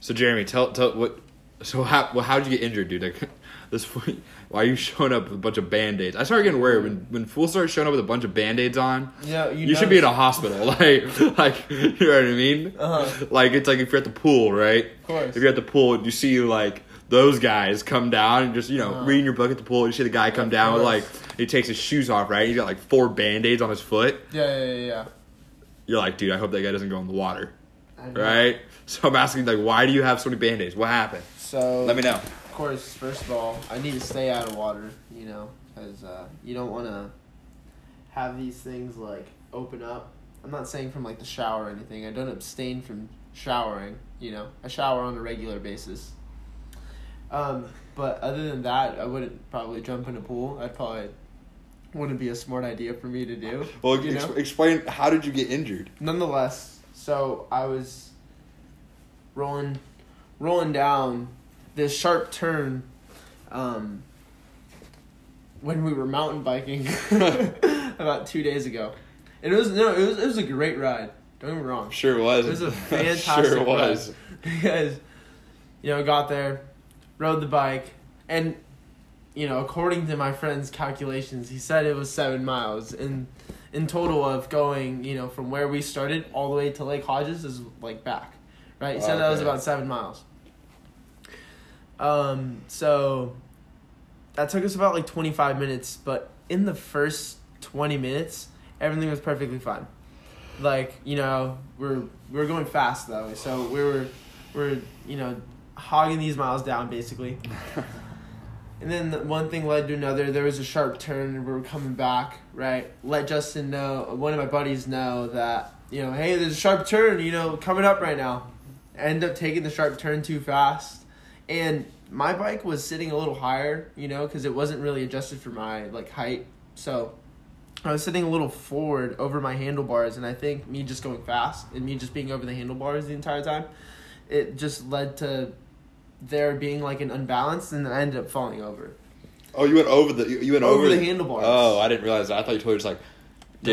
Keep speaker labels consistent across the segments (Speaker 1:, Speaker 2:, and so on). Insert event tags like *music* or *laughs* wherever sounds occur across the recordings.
Speaker 1: So Jeremy, tell tell what. So how well, how'd you get injured, dude? Like *laughs* this, point, why are you showing up with a bunch of band aids? I started getting worried when when fools start showing up with a bunch of band aids on.
Speaker 2: Yeah, you
Speaker 1: you, should be in a hospital, *laughs* like like *laughs* you know what I mean.
Speaker 2: Uh-huh.
Speaker 1: Like it's like if you're at the pool, right?
Speaker 2: Of course.
Speaker 1: If you're at the pool, and you see like those guys come down and just you know
Speaker 2: Uh-huh.
Speaker 1: reading your book at the pool. and You see the guy come
Speaker 2: Of
Speaker 1: down with like
Speaker 2: course.
Speaker 1: he takes his shoes off, right? He's got like four band aids on his foot.
Speaker 2: Yeah, yeah, yeah. yeah.
Speaker 1: You're like, dude, I hope that guy doesn't go in the water,
Speaker 2: I know.
Speaker 1: right? So I'm asking like, why do you have so many band aids? What happened?
Speaker 2: So
Speaker 1: Let me know.
Speaker 2: Of course, first of all, I need to stay out of water. You know, because uh, you don't want to have these things like open up. I'm not saying from like the shower or anything. I don't abstain from showering. You know, I shower on a regular basis. Um, but other than that, I wouldn't probably jump in a pool. I'd probably wouldn't be a smart idea for me to do.
Speaker 1: Well,
Speaker 2: you know?
Speaker 1: ex- explain how did you get injured?
Speaker 2: nonetheless, so I was rolling, rolling down this sharp turn, um, when we were mountain biking *laughs* about two days ago, and it was no, it was it was a great ride. Don't get me wrong, *laughs*
Speaker 1: Sure was. *laughs*
Speaker 2: it was a fantastic
Speaker 1: sure was.
Speaker 2: ride. because you know got there, rode the bike, and you know according to my friend's calculations, he said it was seven miles in in total of going you know from where we started all the way to Lake Hodges is like back, right? He said that was
Speaker 1: Okay.
Speaker 2: about seven miles. Um, so that took us about like twenty five minutes, but in the first twenty minutes, everything was perfectly fine like you know we're we're going fast though so we were we're you know hogging these miles down basically and then the- one thing led to another there was a sharp turn and we were coming back right let justin know one of my buddies know that you know hey there's a sharp turn you know coming up right now end up taking the sharp turn too fast and my bike was sitting a little higher you know because it wasn't really adjusted for my like height so I was sitting a little forward over my handlebars, and I think me just going fast and me just being over the handlebars the entire time, it just led to there being like an unbalance, and then I ended up falling over.
Speaker 1: *laughs* Oh, you went over the you you went
Speaker 2: Over
Speaker 1: over,
Speaker 2: the handlebars.
Speaker 1: Oh, I didn't realize that. I thought you totally just like
Speaker 2: No,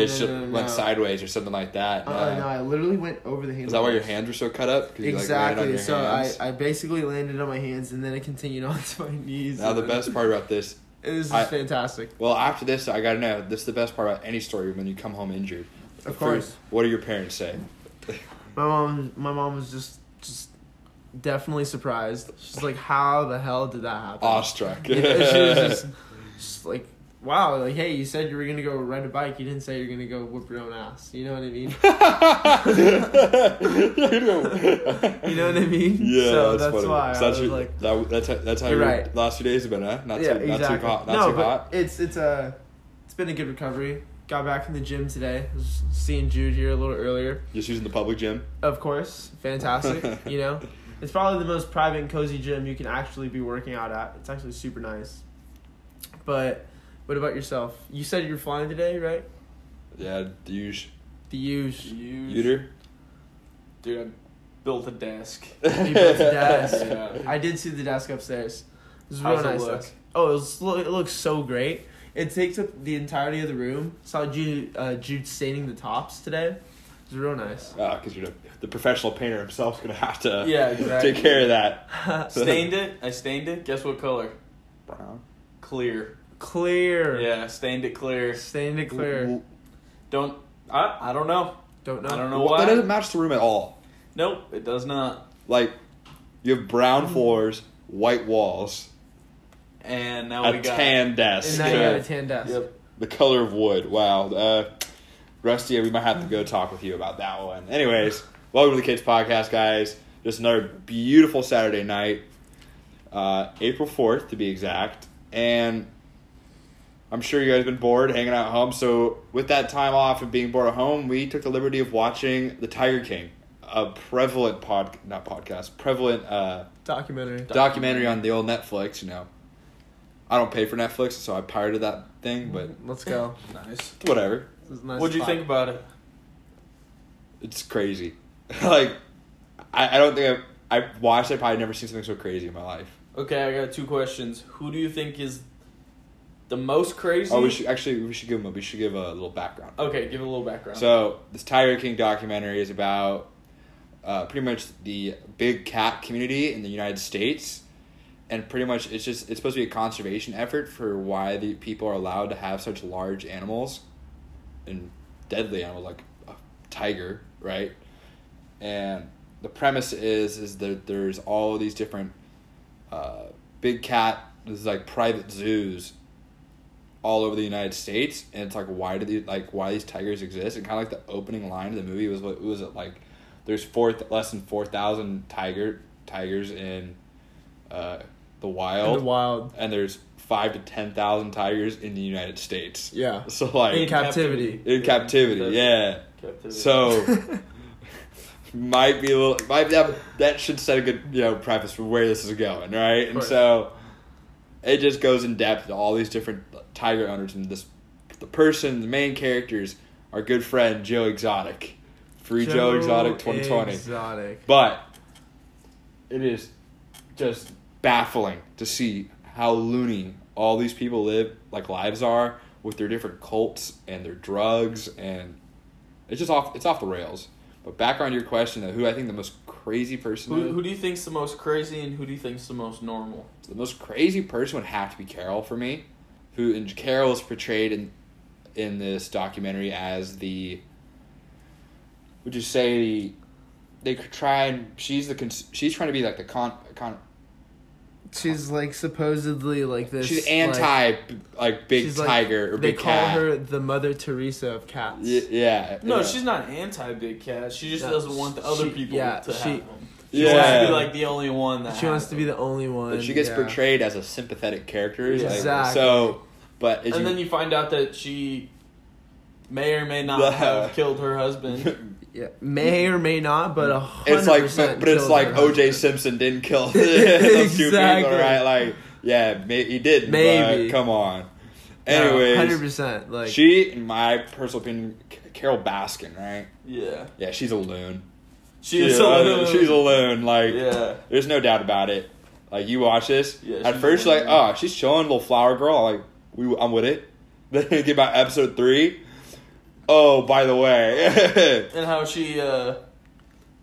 Speaker 1: did
Speaker 2: no, no, no,
Speaker 1: went
Speaker 2: no.
Speaker 1: sideways or something like that.
Speaker 2: Uh,
Speaker 1: Yeah.
Speaker 2: no, I literally went over the handlebars.
Speaker 1: Is that why your hands were so cut up? 'Cause you, like, landed on
Speaker 2: Exactly.
Speaker 1: your
Speaker 2: so
Speaker 1: hands?
Speaker 2: I, I basically landed on my hands, and then it continued *laughs* on to my knees.
Speaker 1: now
Speaker 2: and *laughs*
Speaker 1: the
Speaker 2: then-
Speaker 1: best part about this.
Speaker 2: This is
Speaker 1: I-
Speaker 2: fantastic.
Speaker 1: Well, after this, I gotta know. This is the best part about any story when you come home injured. The
Speaker 2: Of course.
Speaker 1: first- what do your parents say? *laughs*
Speaker 2: My mom, my mom was just, just definitely surprised. She's like, "How the hell did that happen?" *laughs*
Speaker 1: Awestruck.
Speaker 2: You know, she was
Speaker 1: *laughs*
Speaker 2: just, just like, wow, like, hey, you said you were gonna go ride a bike. You didn't say you're gonna go whip your own ass. You know what I mean? You know what I mean?
Speaker 1: Yeah,
Speaker 2: So
Speaker 1: that's,
Speaker 2: that's
Speaker 1: funny.
Speaker 2: why
Speaker 1: So that's
Speaker 2: I was
Speaker 1: your-
Speaker 2: like-
Speaker 1: that, that's how, that's how
Speaker 2: You're
Speaker 1: your
Speaker 2: right.
Speaker 1: last few days have been, huh? Not
Speaker 2: yeah,
Speaker 1: too,
Speaker 2: exactly.
Speaker 1: not too hot, not
Speaker 2: no,
Speaker 1: too
Speaker 2: but
Speaker 1: hot.
Speaker 2: it's it's a, it's been a good recovery. Got back in the gym today. Was seeing Jude here a little earlier.
Speaker 1: Just using the public gym.
Speaker 2: Of course,
Speaker 1: *laughs*
Speaker 2: fantastic. you know, it's probably the most private and cozy gym you can actually be working out at. It's actually super nice. But what about yourself? You said you're flying today, right?
Speaker 1: Yeah, douche.
Speaker 2: The huge.
Speaker 1: Uter.
Speaker 3: Dude, I built
Speaker 1: *laughs*
Speaker 3: a desk.
Speaker 2: You built
Speaker 3: *laughs*
Speaker 2: a desk.
Speaker 3: Yeah.
Speaker 2: I did see the desk upstairs. It was real
Speaker 3: How's it
Speaker 2: nice.
Speaker 3: look?
Speaker 2: desk. Oh, it, was, lo- it looks so great. It takes up the entirety of the room. Saw Jude, uh, Jude staining the tops today. It was real nice.
Speaker 1: Ah, because you're the, the professional painter himself's gonna have to
Speaker 3: Yeah,
Speaker 1: *laughs*
Speaker 3: exactly.
Speaker 1: take care of that.
Speaker 3: Stained it. I stained it. Guess what color?
Speaker 1: Brown.
Speaker 3: Clear.
Speaker 2: clear.
Speaker 3: Yeah, stained it clear.
Speaker 2: Stained it clear.
Speaker 3: Don't. I, I don't know.
Speaker 2: Don't know.
Speaker 3: I don't know
Speaker 1: Well, that
Speaker 3: why.
Speaker 1: doesn't match the room at all.
Speaker 3: Nope, it does not.
Speaker 1: Like, you have brown
Speaker 2: Hmm.
Speaker 1: floors, white walls,
Speaker 3: And now we
Speaker 1: a
Speaker 3: got.
Speaker 1: tan
Speaker 2: And
Speaker 1: desk,
Speaker 2: now you
Speaker 1: uh,
Speaker 2: got a tan desk.
Speaker 3: Yep.
Speaker 1: the color of wood. Wow. Uh, Rusty, we might have to go talk with you about that one. Anyways, welcome to the Kids Podcast, guys. Just another beautiful Saturday night, uh, April 4th to be exact. And I'm sure you guys have been bored hanging out at home. So, with that time off and being bored at home, we took the liberty of watching The Tiger King, a prevalent pod, not podcast, prevalent uh,
Speaker 2: Documentary.
Speaker 1: documentary on the old Netflix, you know. I don't pay for Netflix, so I pirated that thing, but
Speaker 2: Let's go.
Speaker 3: Nice.
Speaker 1: whatever.
Speaker 2: This is nice
Speaker 3: What'd you
Speaker 2: spot.
Speaker 3: think about it?
Speaker 1: It's crazy. *laughs* like, I, I don't think I've, I've watched, I've probably never seen something so crazy in my life.
Speaker 3: Okay, I got two questions. Who do you think is the most crazy?
Speaker 1: Oh, we should, actually, we should give them, a- we should give a little background.
Speaker 3: Okay, give a little background.
Speaker 1: So, this Tiger King documentary is about uh, pretty much the big cat community in the United States, and pretty much it's just it's supposed to be a conservation effort for why the people are allowed to have such large animals, and deadly animals like a tiger, right? And the premise is is that there's all these different uh, big cat this is like private zoos all over the United States, and it's like why do these like why these tigers exist? And kind of like the opening line of the movie was what was it like? There's four th- less than four thousand tiger tigers in uh, the wild,
Speaker 2: In the wild.
Speaker 1: and there's five to ten thousand tigers in the United States.
Speaker 2: Yeah.
Speaker 1: So like
Speaker 2: In
Speaker 1: in,
Speaker 2: captivity.
Speaker 1: captivity, yeah.
Speaker 2: *laughs*
Speaker 3: Captivity.
Speaker 1: So
Speaker 3: Oh.
Speaker 1: might be a little might that that should set a good you know preface for where this is going, right? And
Speaker 2: Right.
Speaker 1: so it just goes in depth to all these different tiger owners and this the person, the main characters, our good friend Joe Exotic, free Joe, Exotic twenty twenty,
Speaker 2: Exotic.
Speaker 1: but it is just baffling to see how loony all these people live like lives are with their different cults and their drugs and it's just off it's off the rails. But back on your question of who I think the most crazy person
Speaker 3: who,
Speaker 1: is,
Speaker 3: who do you think's the most crazy and who do you think's the most normal?
Speaker 1: the most crazy person would have to be Carol for me. Who and Carol is portrayed in in this documentary as the would you say the they could try and she's the cons- she's trying to be like the con, con
Speaker 2: She's like supposedly like this.
Speaker 1: she's anti like, like big
Speaker 2: she's, like-
Speaker 1: tiger or
Speaker 2: they
Speaker 1: big
Speaker 2: call
Speaker 1: cat.
Speaker 2: her the Mother Teresa of cats.
Speaker 1: Y- yeah.
Speaker 3: No,
Speaker 1: yeah.
Speaker 3: she's not anti big cat. She just
Speaker 2: No,
Speaker 3: doesn't want the other
Speaker 2: she-
Speaker 3: people
Speaker 2: yeah,
Speaker 3: to
Speaker 2: she-
Speaker 3: have them. She wants to
Speaker 1: Yeah.
Speaker 3: be like the only one that
Speaker 2: She wants to be the only one.
Speaker 1: But she gets
Speaker 2: yeah.
Speaker 1: portrayed as a sympathetic character.
Speaker 3: Yeah.
Speaker 1: like,
Speaker 2: Exactly.
Speaker 1: So, but as
Speaker 3: And
Speaker 1: you,
Speaker 3: then you find out that she may or may not
Speaker 1: The-
Speaker 3: have killed her
Speaker 1: *laughs*
Speaker 3: husband.
Speaker 2: Yeah, may or may not, but a
Speaker 1: *laughs*
Speaker 2: hundred
Speaker 1: it's like, but,
Speaker 2: percent
Speaker 1: but it's
Speaker 2: killed
Speaker 1: like
Speaker 2: her
Speaker 1: O.J.
Speaker 2: husband.
Speaker 1: Simpson didn't kill *laughs* those two people,
Speaker 2: Exactly.
Speaker 1: right? Like, yeah, may, he did.
Speaker 2: Maybe.
Speaker 1: Maybe. come on.
Speaker 2: hundred
Speaker 1: Anyways,
Speaker 2: percent. Like
Speaker 1: she, in my personal opinion, C- Carol Baskin, right?
Speaker 3: yeah.
Speaker 1: Yeah, she's a loon.
Speaker 3: She's
Speaker 1: Yeah,
Speaker 3: alone.
Speaker 1: She's a loon. Like,
Speaker 3: Yeah.
Speaker 1: There's no doubt about it. Like you watch this,
Speaker 3: Yeah,
Speaker 1: at
Speaker 3: she's
Speaker 1: first you're like,
Speaker 3: winning.
Speaker 1: oh, she's chilling, little flower girl. I'm like, we, I'm with it. *laughs* Then you get about episode three. Oh, by the way, *laughs*
Speaker 3: And how she uh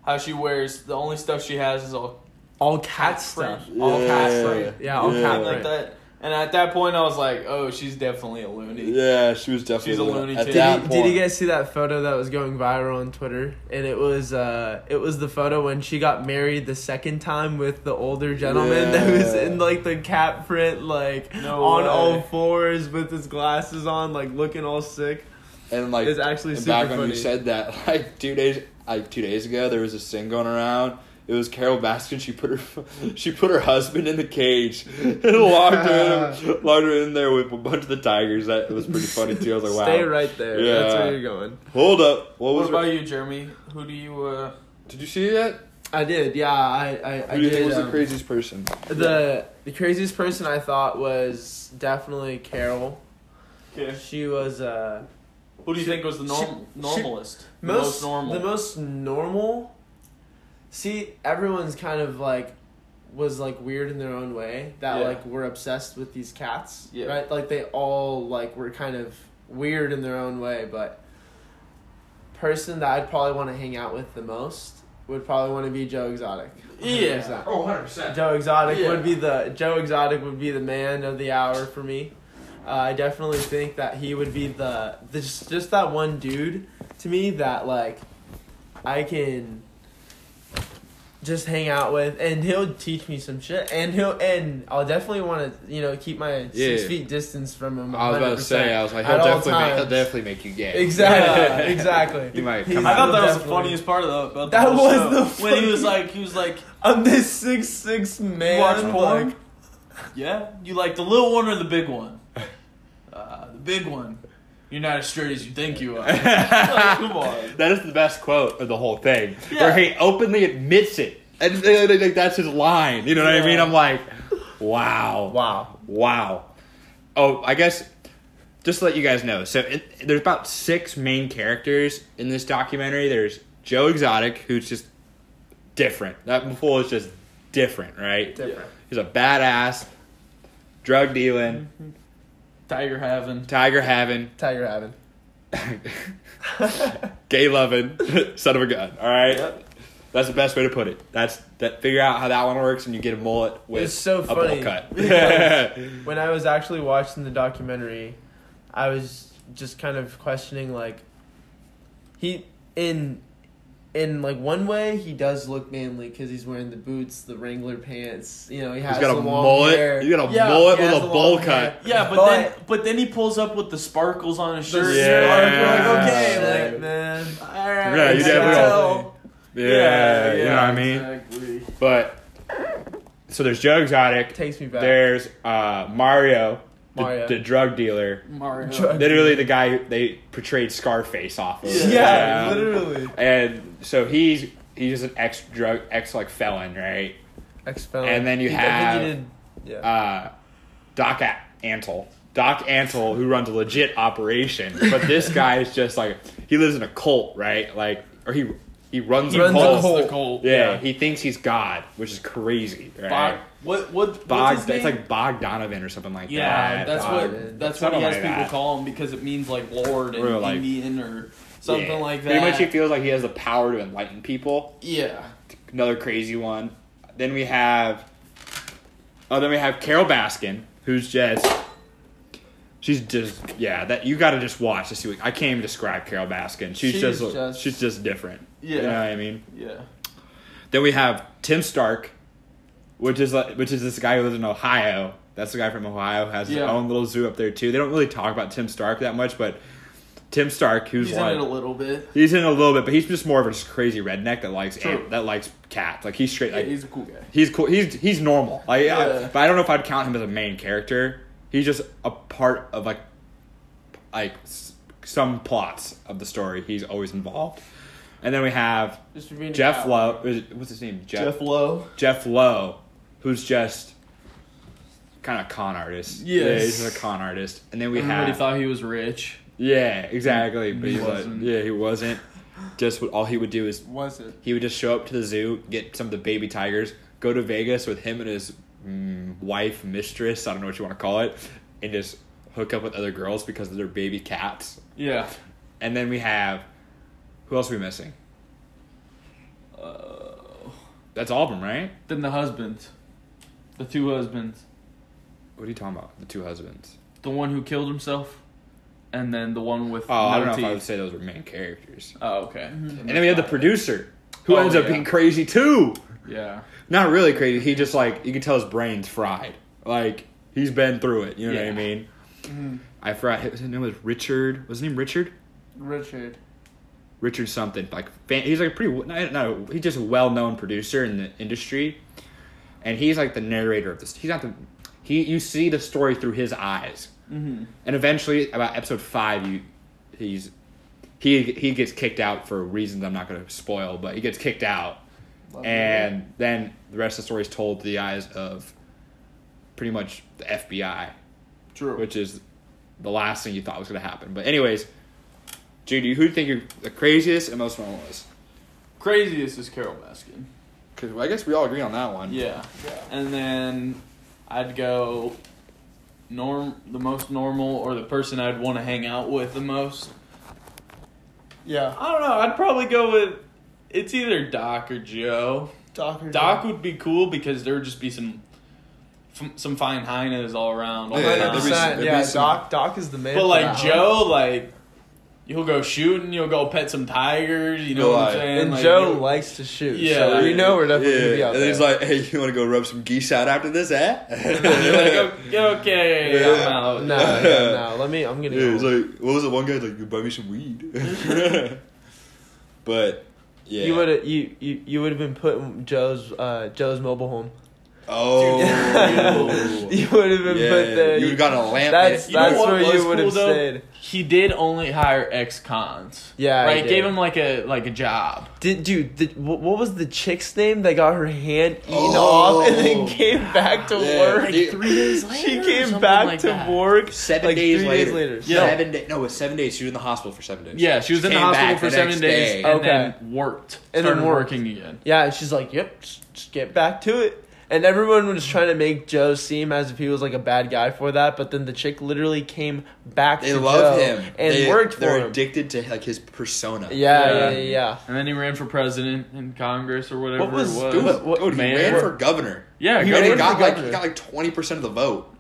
Speaker 3: how she wears the only stuff she has is all
Speaker 2: all cat
Speaker 3: cat
Speaker 2: stuff.
Speaker 3: print.
Speaker 2: All cat
Speaker 1: Yeah.
Speaker 2: print. Yeah, all
Speaker 1: Yeah.
Speaker 2: cat
Speaker 3: and like
Speaker 2: print.
Speaker 3: that. And at that point I was like, "Oh, she's definitely a loony."
Speaker 1: yeah, she was definitely
Speaker 3: She's a loony
Speaker 1: at
Speaker 3: tune.
Speaker 1: that
Speaker 2: Did,
Speaker 1: point.
Speaker 2: did you guys see that photo that was going viral on Twitter? And it was uh, it was the photo when she got married the second time with the older gentleman that was
Speaker 1: Yeah.
Speaker 2: in like the cat print, like
Speaker 3: No
Speaker 2: on all
Speaker 3: way.
Speaker 2: fours with his glasses on, like looking all sick.
Speaker 1: and like
Speaker 2: It's actually
Speaker 1: and
Speaker 2: super
Speaker 1: back when
Speaker 2: funny.
Speaker 1: you said that, *laughs* like two days, like two days ago, there was this thing going around. It was Carol Baskin. She put her, *laughs* she put her husband in the cage and *laughs* locked her,
Speaker 3: *laughs*
Speaker 1: in, locked her in there with a bunch of the tigers. That was pretty funny too. I was like, wow.
Speaker 2: *laughs* Stay right there. That's
Speaker 1: Yeah.
Speaker 2: where you're going.
Speaker 1: Hold up. What
Speaker 3: What
Speaker 1: was
Speaker 3: about
Speaker 1: her-
Speaker 3: you, Jeremy? Who do you uh
Speaker 1: Did you see that?
Speaker 2: I did, yeah. I I, I
Speaker 1: Who do you
Speaker 2: did,
Speaker 1: think was
Speaker 2: um,
Speaker 1: the craziest person?
Speaker 2: the the craziest person I thought was definitely Carol. She was uh
Speaker 3: Who do you think was the norm-
Speaker 2: she-
Speaker 3: normalist? The
Speaker 2: most,
Speaker 3: most normal.
Speaker 2: the most normal see everyone's kind of like was like weird in their own way that
Speaker 3: Yeah.
Speaker 2: like were obsessed with these cats
Speaker 3: Yeah.
Speaker 2: right like they all like were kind of weird in their own way but person that i'd probably want to hang out with the most would probably want to be joe exotic
Speaker 3: Yeah.
Speaker 2: 100%.
Speaker 1: Oh, 100%.
Speaker 2: Joe Exotic
Speaker 3: Yeah.
Speaker 2: would be the Joe Exotic would be the man of the hour for me. Uh, I definitely think that he would be the, the just, just that one dude to me that like I can just hang out with and he'll teach me some shit and he'll and I'll definitely want to you know keep my six
Speaker 1: Yeah.
Speaker 2: feet distance from him.
Speaker 1: I was about to
Speaker 2: 100%.
Speaker 1: say, I was like, he'll
Speaker 2: At all
Speaker 1: definitely, make, he'll
Speaker 2: times.
Speaker 1: definitely make you gay.
Speaker 2: Exactly, exactly.
Speaker 1: *laughs* You might
Speaker 2: He's-
Speaker 1: come
Speaker 3: I thought that was the
Speaker 2: Definitely.
Speaker 3: funniest part of the. About
Speaker 2: That
Speaker 3: the whole
Speaker 2: was
Speaker 3: show.
Speaker 2: the
Speaker 3: when he
Speaker 2: funniest-
Speaker 3: was like he was like
Speaker 2: I'm this six six man.
Speaker 3: watch porn?
Speaker 2: like-
Speaker 3: Yeah, you like the little one or the big one? Uh, the big one. You're not as straight as you think you are. Like,
Speaker 1: *laughs*
Speaker 3: come on.
Speaker 1: That is the best quote of the whole thing,
Speaker 3: Yeah.
Speaker 1: where he openly admits it, and they- they- they- that's his line. You know what I
Speaker 3: Yeah.
Speaker 1: mean? I'm like, wow,
Speaker 2: wow.
Speaker 1: wow. Oh, I guess just to let you guys know. So it, there's about six main characters in this documentary. There's Joe Exotic, who's just different. That fool is just different, right?
Speaker 2: Different.
Speaker 1: He's a badass, drug dealing,
Speaker 3: Tiger
Speaker 1: *laughs*
Speaker 3: having.
Speaker 1: tiger having, *laughs*
Speaker 2: Tiger having.
Speaker 1: gay loving, *laughs* son of a gun. All right.
Speaker 3: Yep.
Speaker 1: That's the best way to put it. That's that. Figure out how that one works, and you get a mullet with
Speaker 2: It's so
Speaker 1: a
Speaker 2: funny
Speaker 1: bowl
Speaker 2: *laughs*
Speaker 1: cut.
Speaker 2: because *laughs* when I was actually watching the documentary, I was just kind of questioning like he in in like one way he does look manly because he's wearing the boots, the Wrangler pants. You know he has
Speaker 1: He's got
Speaker 2: the
Speaker 1: a
Speaker 2: long
Speaker 1: mullet.
Speaker 2: Hair.
Speaker 1: He's got a
Speaker 3: Yeah,
Speaker 1: mullet
Speaker 2: he
Speaker 1: with
Speaker 2: has
Speaker 1: a
Speaker 2: the
Speaker 1: bowl
Speaker 2: long hair.
Speaker 1: cut.
Speaker 3: Yeah, but,
Speaker 2: But-
Speaker 3: then but then he pulls up with the sparkles on his shirt.
Speaker 1: Yeah.
Speaker 3: You're like, okay,
Speaker 2: Shit,
Speaker 3: like,
Speaker 2: man.
Speaker 3: all right.
Speaker 1: Yeah, you
Speaker 3: I can
Speaker 1: definitely
Speaker 3: tell.
Speaker 1: *laughs* Yeah, you know what I mean.
Speaker 3: Exactly.
Speaker 1: But so there's Joe Exotic.
Speaker 2: Takes me back.
Speaker 1: There's uh, Mario, the,
Speaker 2: Mario.
Speaker 1: the drug dealer.
Speaker 2: *laughs*
Speaker 3: Mario.
Speaker 2: Drug-
Speaker 1: Literally the guy who they portrayed Scarface off of.
Speaker 3: Yeah,
Speaker 2: yeah, literally.
Speaker 1: And so he's he's just an ex drug ex like felon, right?
Speaker 2: X felon.
Speaker 1: And then you
Speaker 2: He- I
Speaker 1: have-
Speaker 2: think he did, yeah.
Speaker 1: uh, Doc A- Antle. Doc Antle, who runs a legit operation, but
Speaker 3: *laughs*
Speaker 1: this guy is just like he lives in a cult, right? Like, or he he runs,
Speaker 2: He
Speaker 1: a,
Speaker 2: runs a
Speaker 1: cult.
Speaker 2: cult.
Speaker 1: Yeah, he thinks he's God, which is crazy,
Speaker 3: Bog,
Speaker 1: right?
Speaker 3: what what
Speaker 1: Bog,
Speaker 3: what's
Speaker 1: that's
Speaker 3: his name?
Speaker 1: like Bogdanovan or something like
Speaker 3: yeah,
Speaker 1: that.
Speaker 3: that's
Speaker 1: Bog-
Speaker 3: what that's what
Speaker 1: something
Speaker 3: he has
Speaker 1: like
Speaker 3: people
Speaker 1: that.
Speaker 3: call him because it means like Lord and
Speaker 1: Or, like-
Speaker 3: Indian or something
Speaker 1: Yeah.
Speaker 3: like that.
Speaker 1: Pretty much, he feels like he has the power to enlighten people.
Speaker 3: yeah,
Speaker 1: Another crazy one. Then we have, oh, then we have Carol Baskin, who's just, she's just, yeah, that you got to just watch to see. What, I can't even describe Carol Baskin. She's,
Speaker 3: She's
Speaker 1: just,
Speaker 3: just-
Speaker 1: she's just different. you
Speaker 3: Yeah.
Speaker 1: know what I mean.
Speaker 3: yeah.
Speaker 1: Then we have Tim Stark, which is like, which is this guy who lives in Ohio. That's the guy from Ohio has his
Speaker 3: Yeah.
Speaker 1: own little zoo up there too. They don't really talk about Tim Stark that much, but Tim Stark, who's
Speaker 3: He's in
Speaker 1: like
Speaker 3: it a little bit.
Speaker 1: He's in a little bit, but he's just more of a just crazy redneck that likes
Speaker 3: True.
Speaker 1: ant, that likes cats. Like he's straight.
Speaker 3: Yeah,
Speaker 1: Like
Speaker 3: he's a cool guy.
Speaker 1: he's cool. He's he's normal. Like, I-
Speaker 3: Yeah.
Speaker 1: but I don't know if I'd count him as a main character. He's just a part of like like s- some plots of the story. He's always involved. And then we have
Speaker 2: Just for being a
Speaker 1: Jeff
Speaker 2: cop.
Speaker 1: Lowe. is- What's his name? Jeff
Speaker 3: Jeff Lowe.
Speaker 1: Jeff Lowe, who's just kind of a con artist. Yeah,
Speaker 3: Yes.
Speaker 1: he's just a con artist. And then we
Speaker 3: Everybody
Speaker 1: have
Speaker 3: thought he was rich.
Speaker 1: yeah, exactly. But
Speaker 3: He
Speaker 1: he wasn't.
Speaker 3: wasn't.
Speaker 1: Yeah, he wasn't. Just what all he would do is
Speaker 3: Was it?
Speaker 1: he would just show up to the zoo, get some of the baby tigers, go to Vegas with him and his mm, wife, mistress, I don't know what you want to call it, and just hook up with other girls because they're baby cats.
Speaker 3: Yeah.
Speaker 1: And then we have who else are we missing?
Speaker 3: Uh,
Speaker 1: That's all of them, right?
Speaker 3: then the husband, the two husbands,
Speaker 1: What are you talking about? The two husbands.
Speaker 3: the one who killed himself, and then the one with
Speaker 1: Oh, I
Speaker 3: no
Speaker 1: don't know if I would
Speaker 3: teeth.
Speaker 1: say those were main characters.
Speaker 3: Oh, okay.
Speaker 1: And then we have the producer, who
Speaker 3: Oh,
Speaker 1: ends up
Speaker 3: yeah.
Speaker 1: being crazy too.
Speaker 3: Yeah.
Speaker 1: Not really crazy. He just like you can tell his brain's fried. Like he's been through it. You know what I
Speaker 3: Yeah.
Speaker 1: mean? I forgot his name was Richard. Was his name Richard?
Speaker 2: Richard.
Speaker 1: Richard something like fan, he's like a pretty no, no he's just a well known producer in the industry, and he's like the narrator of this. He's not the he you see the story through his eyes,
Speaker 3: Mm-hmm.
Speaker 1: and eventually about episode five you he's he he gets kicked out for reasons I'm not going to spoil, but he gets kicked out,
Speaker 2: Love
Speaker 1: and then the rest of the story is told through the eyes of pretty much the FBI
Speaker 3: True.
Speaker 1: which is the last thing you thought was going to happen. But anyways, Judy, who do you think you're the craziest and most normal is?
Speaker 3: Craziest is Carol Baskin.
Speaker 1: Because I guess we all agree on that one.
Speaker 3: Yeah. And then I'd go norm the most normal or the person I'd want to hang out with the most.
Speaker 2: Yeah.
Speaker 3: I don't know, I'd probably go with it's either Doc or Joe.
Speaker 2: Doc. or
Speaker 3: Doc would be cool because there would just be some f- some fine hinas all around. All
Speaker 1: Yeah,
Speaker 3: the
Speaker 1: yeah,
Speaker 3: time.
Speaker 1: there'd be some-
Speaker 2: Yeah,
Speaker 1: there'd be
Speaker 2: yeah
Speaker 1: some-
Speaker 2: Doc. Doc is the man.
Speaker 3: But
Speaker 2: for
Speaker 3: like
Speaker 2: that one.
Speaker 3: Joe, like you'll go shooting, you'll go pet some tigers, you know what I'm
Speaker 1: Right.
Speaker 3: saying?
Speaker 2: and
Speaker 3: Like,
Speaker 2: Joe
Speaker 3: you'll-
Speaker 2: likes to shoot.
Speaker 3: Yeah.
Speaker 2: so you know we're definitely gonna be out there.
Speaker 1: like, hey, you want to go rub some geese out after this,
Speaker 2: *laughs*
Speaker 1: eh?
Speaker 3: *laughs*
Speaker 1: *laughs*
Speaker 3: you're like, okay,
Speaker 1: Yeah.
Speaker 3: I'm
Speaker 1: *laughs*
Speaker 3: out.
Speaker 2: no, no, no. Let me. I'm gonna. go.
Speaker 1: like, what was the one guy like, you buy me some weed? *laughs* but, yeah.
Speaker 2: You would have you you, you would have been put in Joe's uh, Joe's mobile home.
Speaker 1: Oh.
Speaker 2: *laughs* you would have been put there.
Speaker 1: You would've gotten a lamp.
Speaker 2: That's
Speaker 1: You know
Speaker 2: that's
Speaker 1: what
Speaker 2: where
Speaker 3: was
Speaker 2: you would have
Speaker 3: cool, though?
Speaker 2: stayed.
Speaker 3: He did only hire ex cons.
Speaker 2: Yeah, he
Speaker 3: Right?
Speaker 2: did.
Speaker 3: Gave him like a like a job.
Speaker 2: Did dude? The, wh- what was the chick's name that got her hand eaten
Speaker 1: Oh.
Speaker 2: off and then came back to
Speaker 1: Yeah.
Speaker 2: work?
Speaker 1: Dude.
Speaker 3: Three days
Speaker 2: She came back to work
Speaker 1: Seven
Speaker 2: like
Speaker 1: days,
Speaker 2: three
Speaker 1: later.
Speaker 2: days later.
Speaker 3: Yeah.
Speaker 1: Seven days. No, it was seven days. She was in the hospital for seven days.
Speaker 3: Yeah, she was in the
Speaker 1: Came
Speaker 3: hospital
Speaker 1: back
Speaker 3: for
Speaker 1: the
Speaker 3: seven
Speaker 1: next
Speaker 3: days Oh,
Speaker 1: day.
Speaker 3: and
Speaker 2: Okay.
Speaker 3: then worked.
Speaker 2: And then
Speaker 3: started
Speaker 2: worked.
Speaker 3: working again.
Speaker 2: Yeah, and she's like, "Yep, just, just get back to it." And everyone was trying to make Joe seem as if he was like a bad guy for that, but then the chick literally came back
Speaker 1: They
Speaker 2: to
Speaker 1: love
Speaker 2: Joe
Speaker 1: him.
Speaker 2: and
Speaker 1: they,
Speaker 2: worked for
Speaker 1: They're
Speaker 2: him.
Speaker 1: addicted to like his persona.
Speaker 2: yeah, yeah,
Speaker 3: Yeah.
Speaker 2: yeah, yeah.
Speaker 3: And then he ran for president in Congress or whatever
Speaker 2: What was-
Speaker 3: it was.
Speaker 1: Dude,
Speaker 2: What- what-
Speaker 1: dude, he
Speaker 3: man.
Speaker 1: ran for governor.
Speaker 3: Yeah,
Speaker 1: he
Speaker 3: governor
Speaker 1: ran-
Speaker 3: for
Speaker 1: got like he
Speaker 2: governor.
Speaker 1: got like twenty percent of the vote.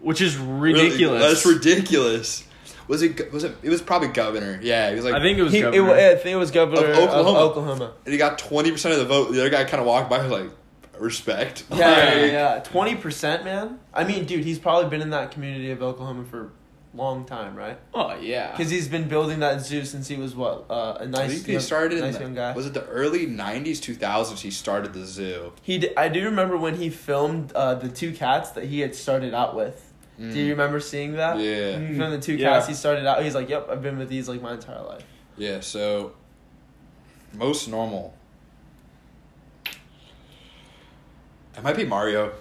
Speaker 3: Which is
Speaker 1: Really,
Speaker 3: ridiculous.
Speaker 1: that's ridiculous. Was it? go- Was it? It was probably governor. Yeah, he was like.
Speaker 3: I think it was
Speaker 2: He, it,
Speaker 3: governor.
Speaker 2: wa- I think it was governor
Speaker 1: Of
Speaker 2: of
Speaker 1: Oklahoma.
Speaker 2: Oklahoma.
Speaker 1: and he got twenty percent of the vote. The other guy kind of walked by, like respect.
Speaker 2: Yeah,
Speaker 1: Like,
Speaker 2: yeah, yeah. Twenty percent, man. I mean, dude, he's probably been in that community of Oklahoma for a long time, right?
Speaker 3: oh yeah.
Speaker 2: Because he's been building that zoo since he was what uh, a nice,
Speaker 1: I think he
Speaker 2: young-
Speaker 1: started in
Speaker 2: nice
Speaker 1: the,
Speaker 2: young guy.
Speaker 1: was it the early '90s, 2000s? He started the zoo.
Speaker 2: He, d- I do remember when he filmed uh, the two cats that he had started out with. Do you remember seeing that?
Speaker 1: Mm. Yeah,
Speaker 3: Mm.
Speaker 2: From the two
Speaker 3: Yeah.
Speaker 2: cats he started out, he's like, "Yep, I've been with these like my entire life."
Speaker 1: yeah. So most normal. It might be Mario.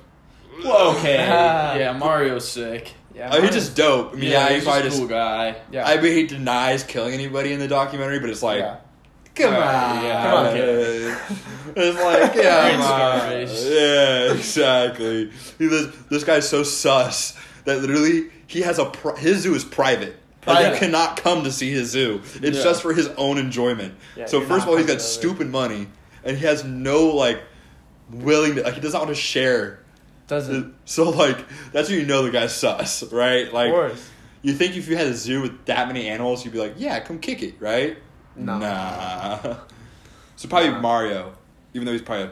Speaker 3: Whoa, okay.
Speaker 2: Ah.
Speaker 3: yeah, Mario's sick.
Speaker 2: Yeah,
Speaker 1: Oh, he's just dope. I mean, yeah, he's probably
Speaker 3: just
Speaker 1: just.
Speaker 3: cool guy.
Speaker 2: yeah.
Speaker 1: I mean, he denies killing anybody in the documentary, but it's like,
Speaker 2: yeah.
Speaker 1: come
Speaker 3: Uh,
Speaker 1: on,
Speaker 3: yeah,
Speaker 2: come
Speaker 1: *laughs*
Speaker 2: on,
Speaker 1: It's
Speaker 2: *laughs*
Speaker 1: like,
Speaker 3: Brain
Speaker 1: yeah,
Speaker 3: starvation.
Speaker 1: yeah, exactly. He, this this guy's so sus that literally he has a pri- his zoo is private. Like,
Speaker 2: Private.
Speaker 1: you cannot come to see his zoo. It's
Speaker 3: Yeah.
Speaker 1: just for his own enjoyment.
Speaker 2: Yeah,
Speaker 1: so
Speaker 2: you're
Speaker 1: first of
Speaker 2: not
Speaker 1: all, he's got
Speaker 2: coming over.
Speaker 1: stupid money, and he has no like willingness. Like he does not want to share.
Speaker 2: doesn't.
Speaker 1: So like that's when you know the guy's sus, right?
Speaker 2: Of
Speaker 1: Like
Speaker 2: course.
Speaker 1: you think if you had a zoo with that many animals, you'd be like, yeah, come kick it, right?
Speaker 2: No.
Speaker 1: Nah. So probably
Speaker 3: Nah.
Speaker 1: Mario, even though he's probably a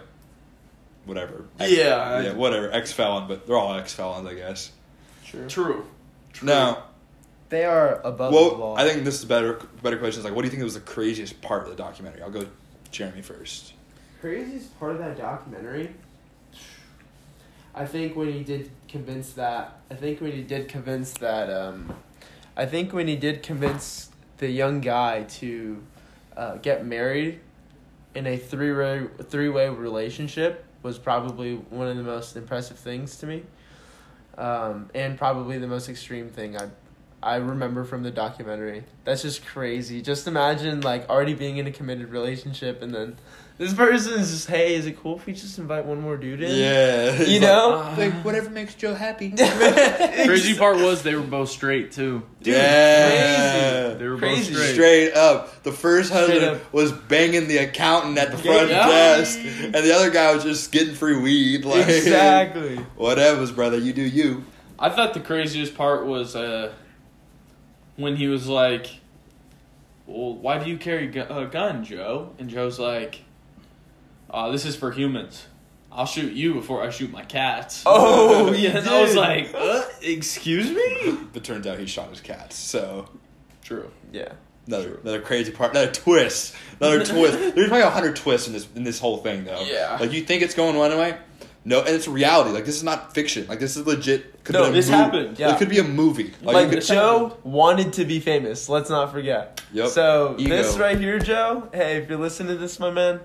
Speaker 1: whatever.
Speaker 3: Yeah.
Speaker 1: Yeah, whatever. Ex felon, but they're all ex felons, I guess.
Speaker 2: True.
Speaker 3: True.
Speaker 1: No.
Speaker 2: They are above the
Speaker 1: Well,
Speaker 2: law.
Speaker 1: I think this is better. Better question is like, what do you think was the craziest part of the documentary? I'll go with Jeremy first.
Speaker 2: craziest part of that documentary. I think when he did convince that. I think when he did convince that. Um, I think when he did convince the young guy to uh, get married in a three way three way relationship was probably one of the most impressive things to me, um, and probably the most extreme thing I. I remember from the documentary. That's just crazy. Just imagine like already being in a committed relationship and then this person is just, hey, is it cool if we just invite one more dude in?
Speaker 1: Yeah.
Speaker 2: You know?
Speaker 1: like whatever makes Joe
Speaker 2: *laughs*
Speaker 1: happy.
Speaker 3: Crazy
Speaker 1: *laughs*
Speaker 3: part was they were both straight too.
Speaker 2: Dude,
Speaker 1: yeah.
Speaker 3: They were
Speaker 2: Crazy.
Speaker 3: both straight.
Speaker 1: Straight up, the first
Speaker 2: Straight
Speaker 1: husband was banging the accountant at the
Speaker 2: Yeah.
Speaker 1: front desk, and the other guy was just getting free weed. Like,
Speaker 2: Exactly.
Speaker 1: *laughs* Whatever's brother, you do you.
Speaker 3: I thought the craziest part was uh, when he was like, "Well, why do you carry gu- a gun, Joe?" And Joe's like, uh, "This is for humans. I'll shoot you before I shoot my cats."
Speaker 2: Oh,
Speaker 3: yeah. And I was
Speaker 2: dude.
Speaker 3: like, uh, "Excuse me."
Speaker 1: But turns out he shot his cats. So
Speaker 3: True.
Speaker 2: Yeah.
Speaker 1: another
Speaker 3: True.
Speaker 1: another crazy part, another twist,
Speaker 2: *laughs*
Speaker 1: another twist. There's probably a hundred twists in this in this whole thing though.
Speaker 3: Yeah.
Speaker 1: Like you think it's going one way, no, and it's reality. Like this is not fiction. Like this is legit. Could
Speaker 2: No,
Speaker 1: be a
Speaker 3: this
Speaker 1: movie.
Speaker 3: happened.
Speaker 1: It
Speaker 2: Yeah.
Speaker 1: could be a movie.
Speaker 2: Like,
Speaker 1: you could-
Speaker 2: Joe wanted to be famous. Let's not forget.
Speaker 1: Yep.
Speaker 2: So
Speaker 1: Ego.
Speaker 2: this right here, Joe. Hey, if you're listening to this, my man.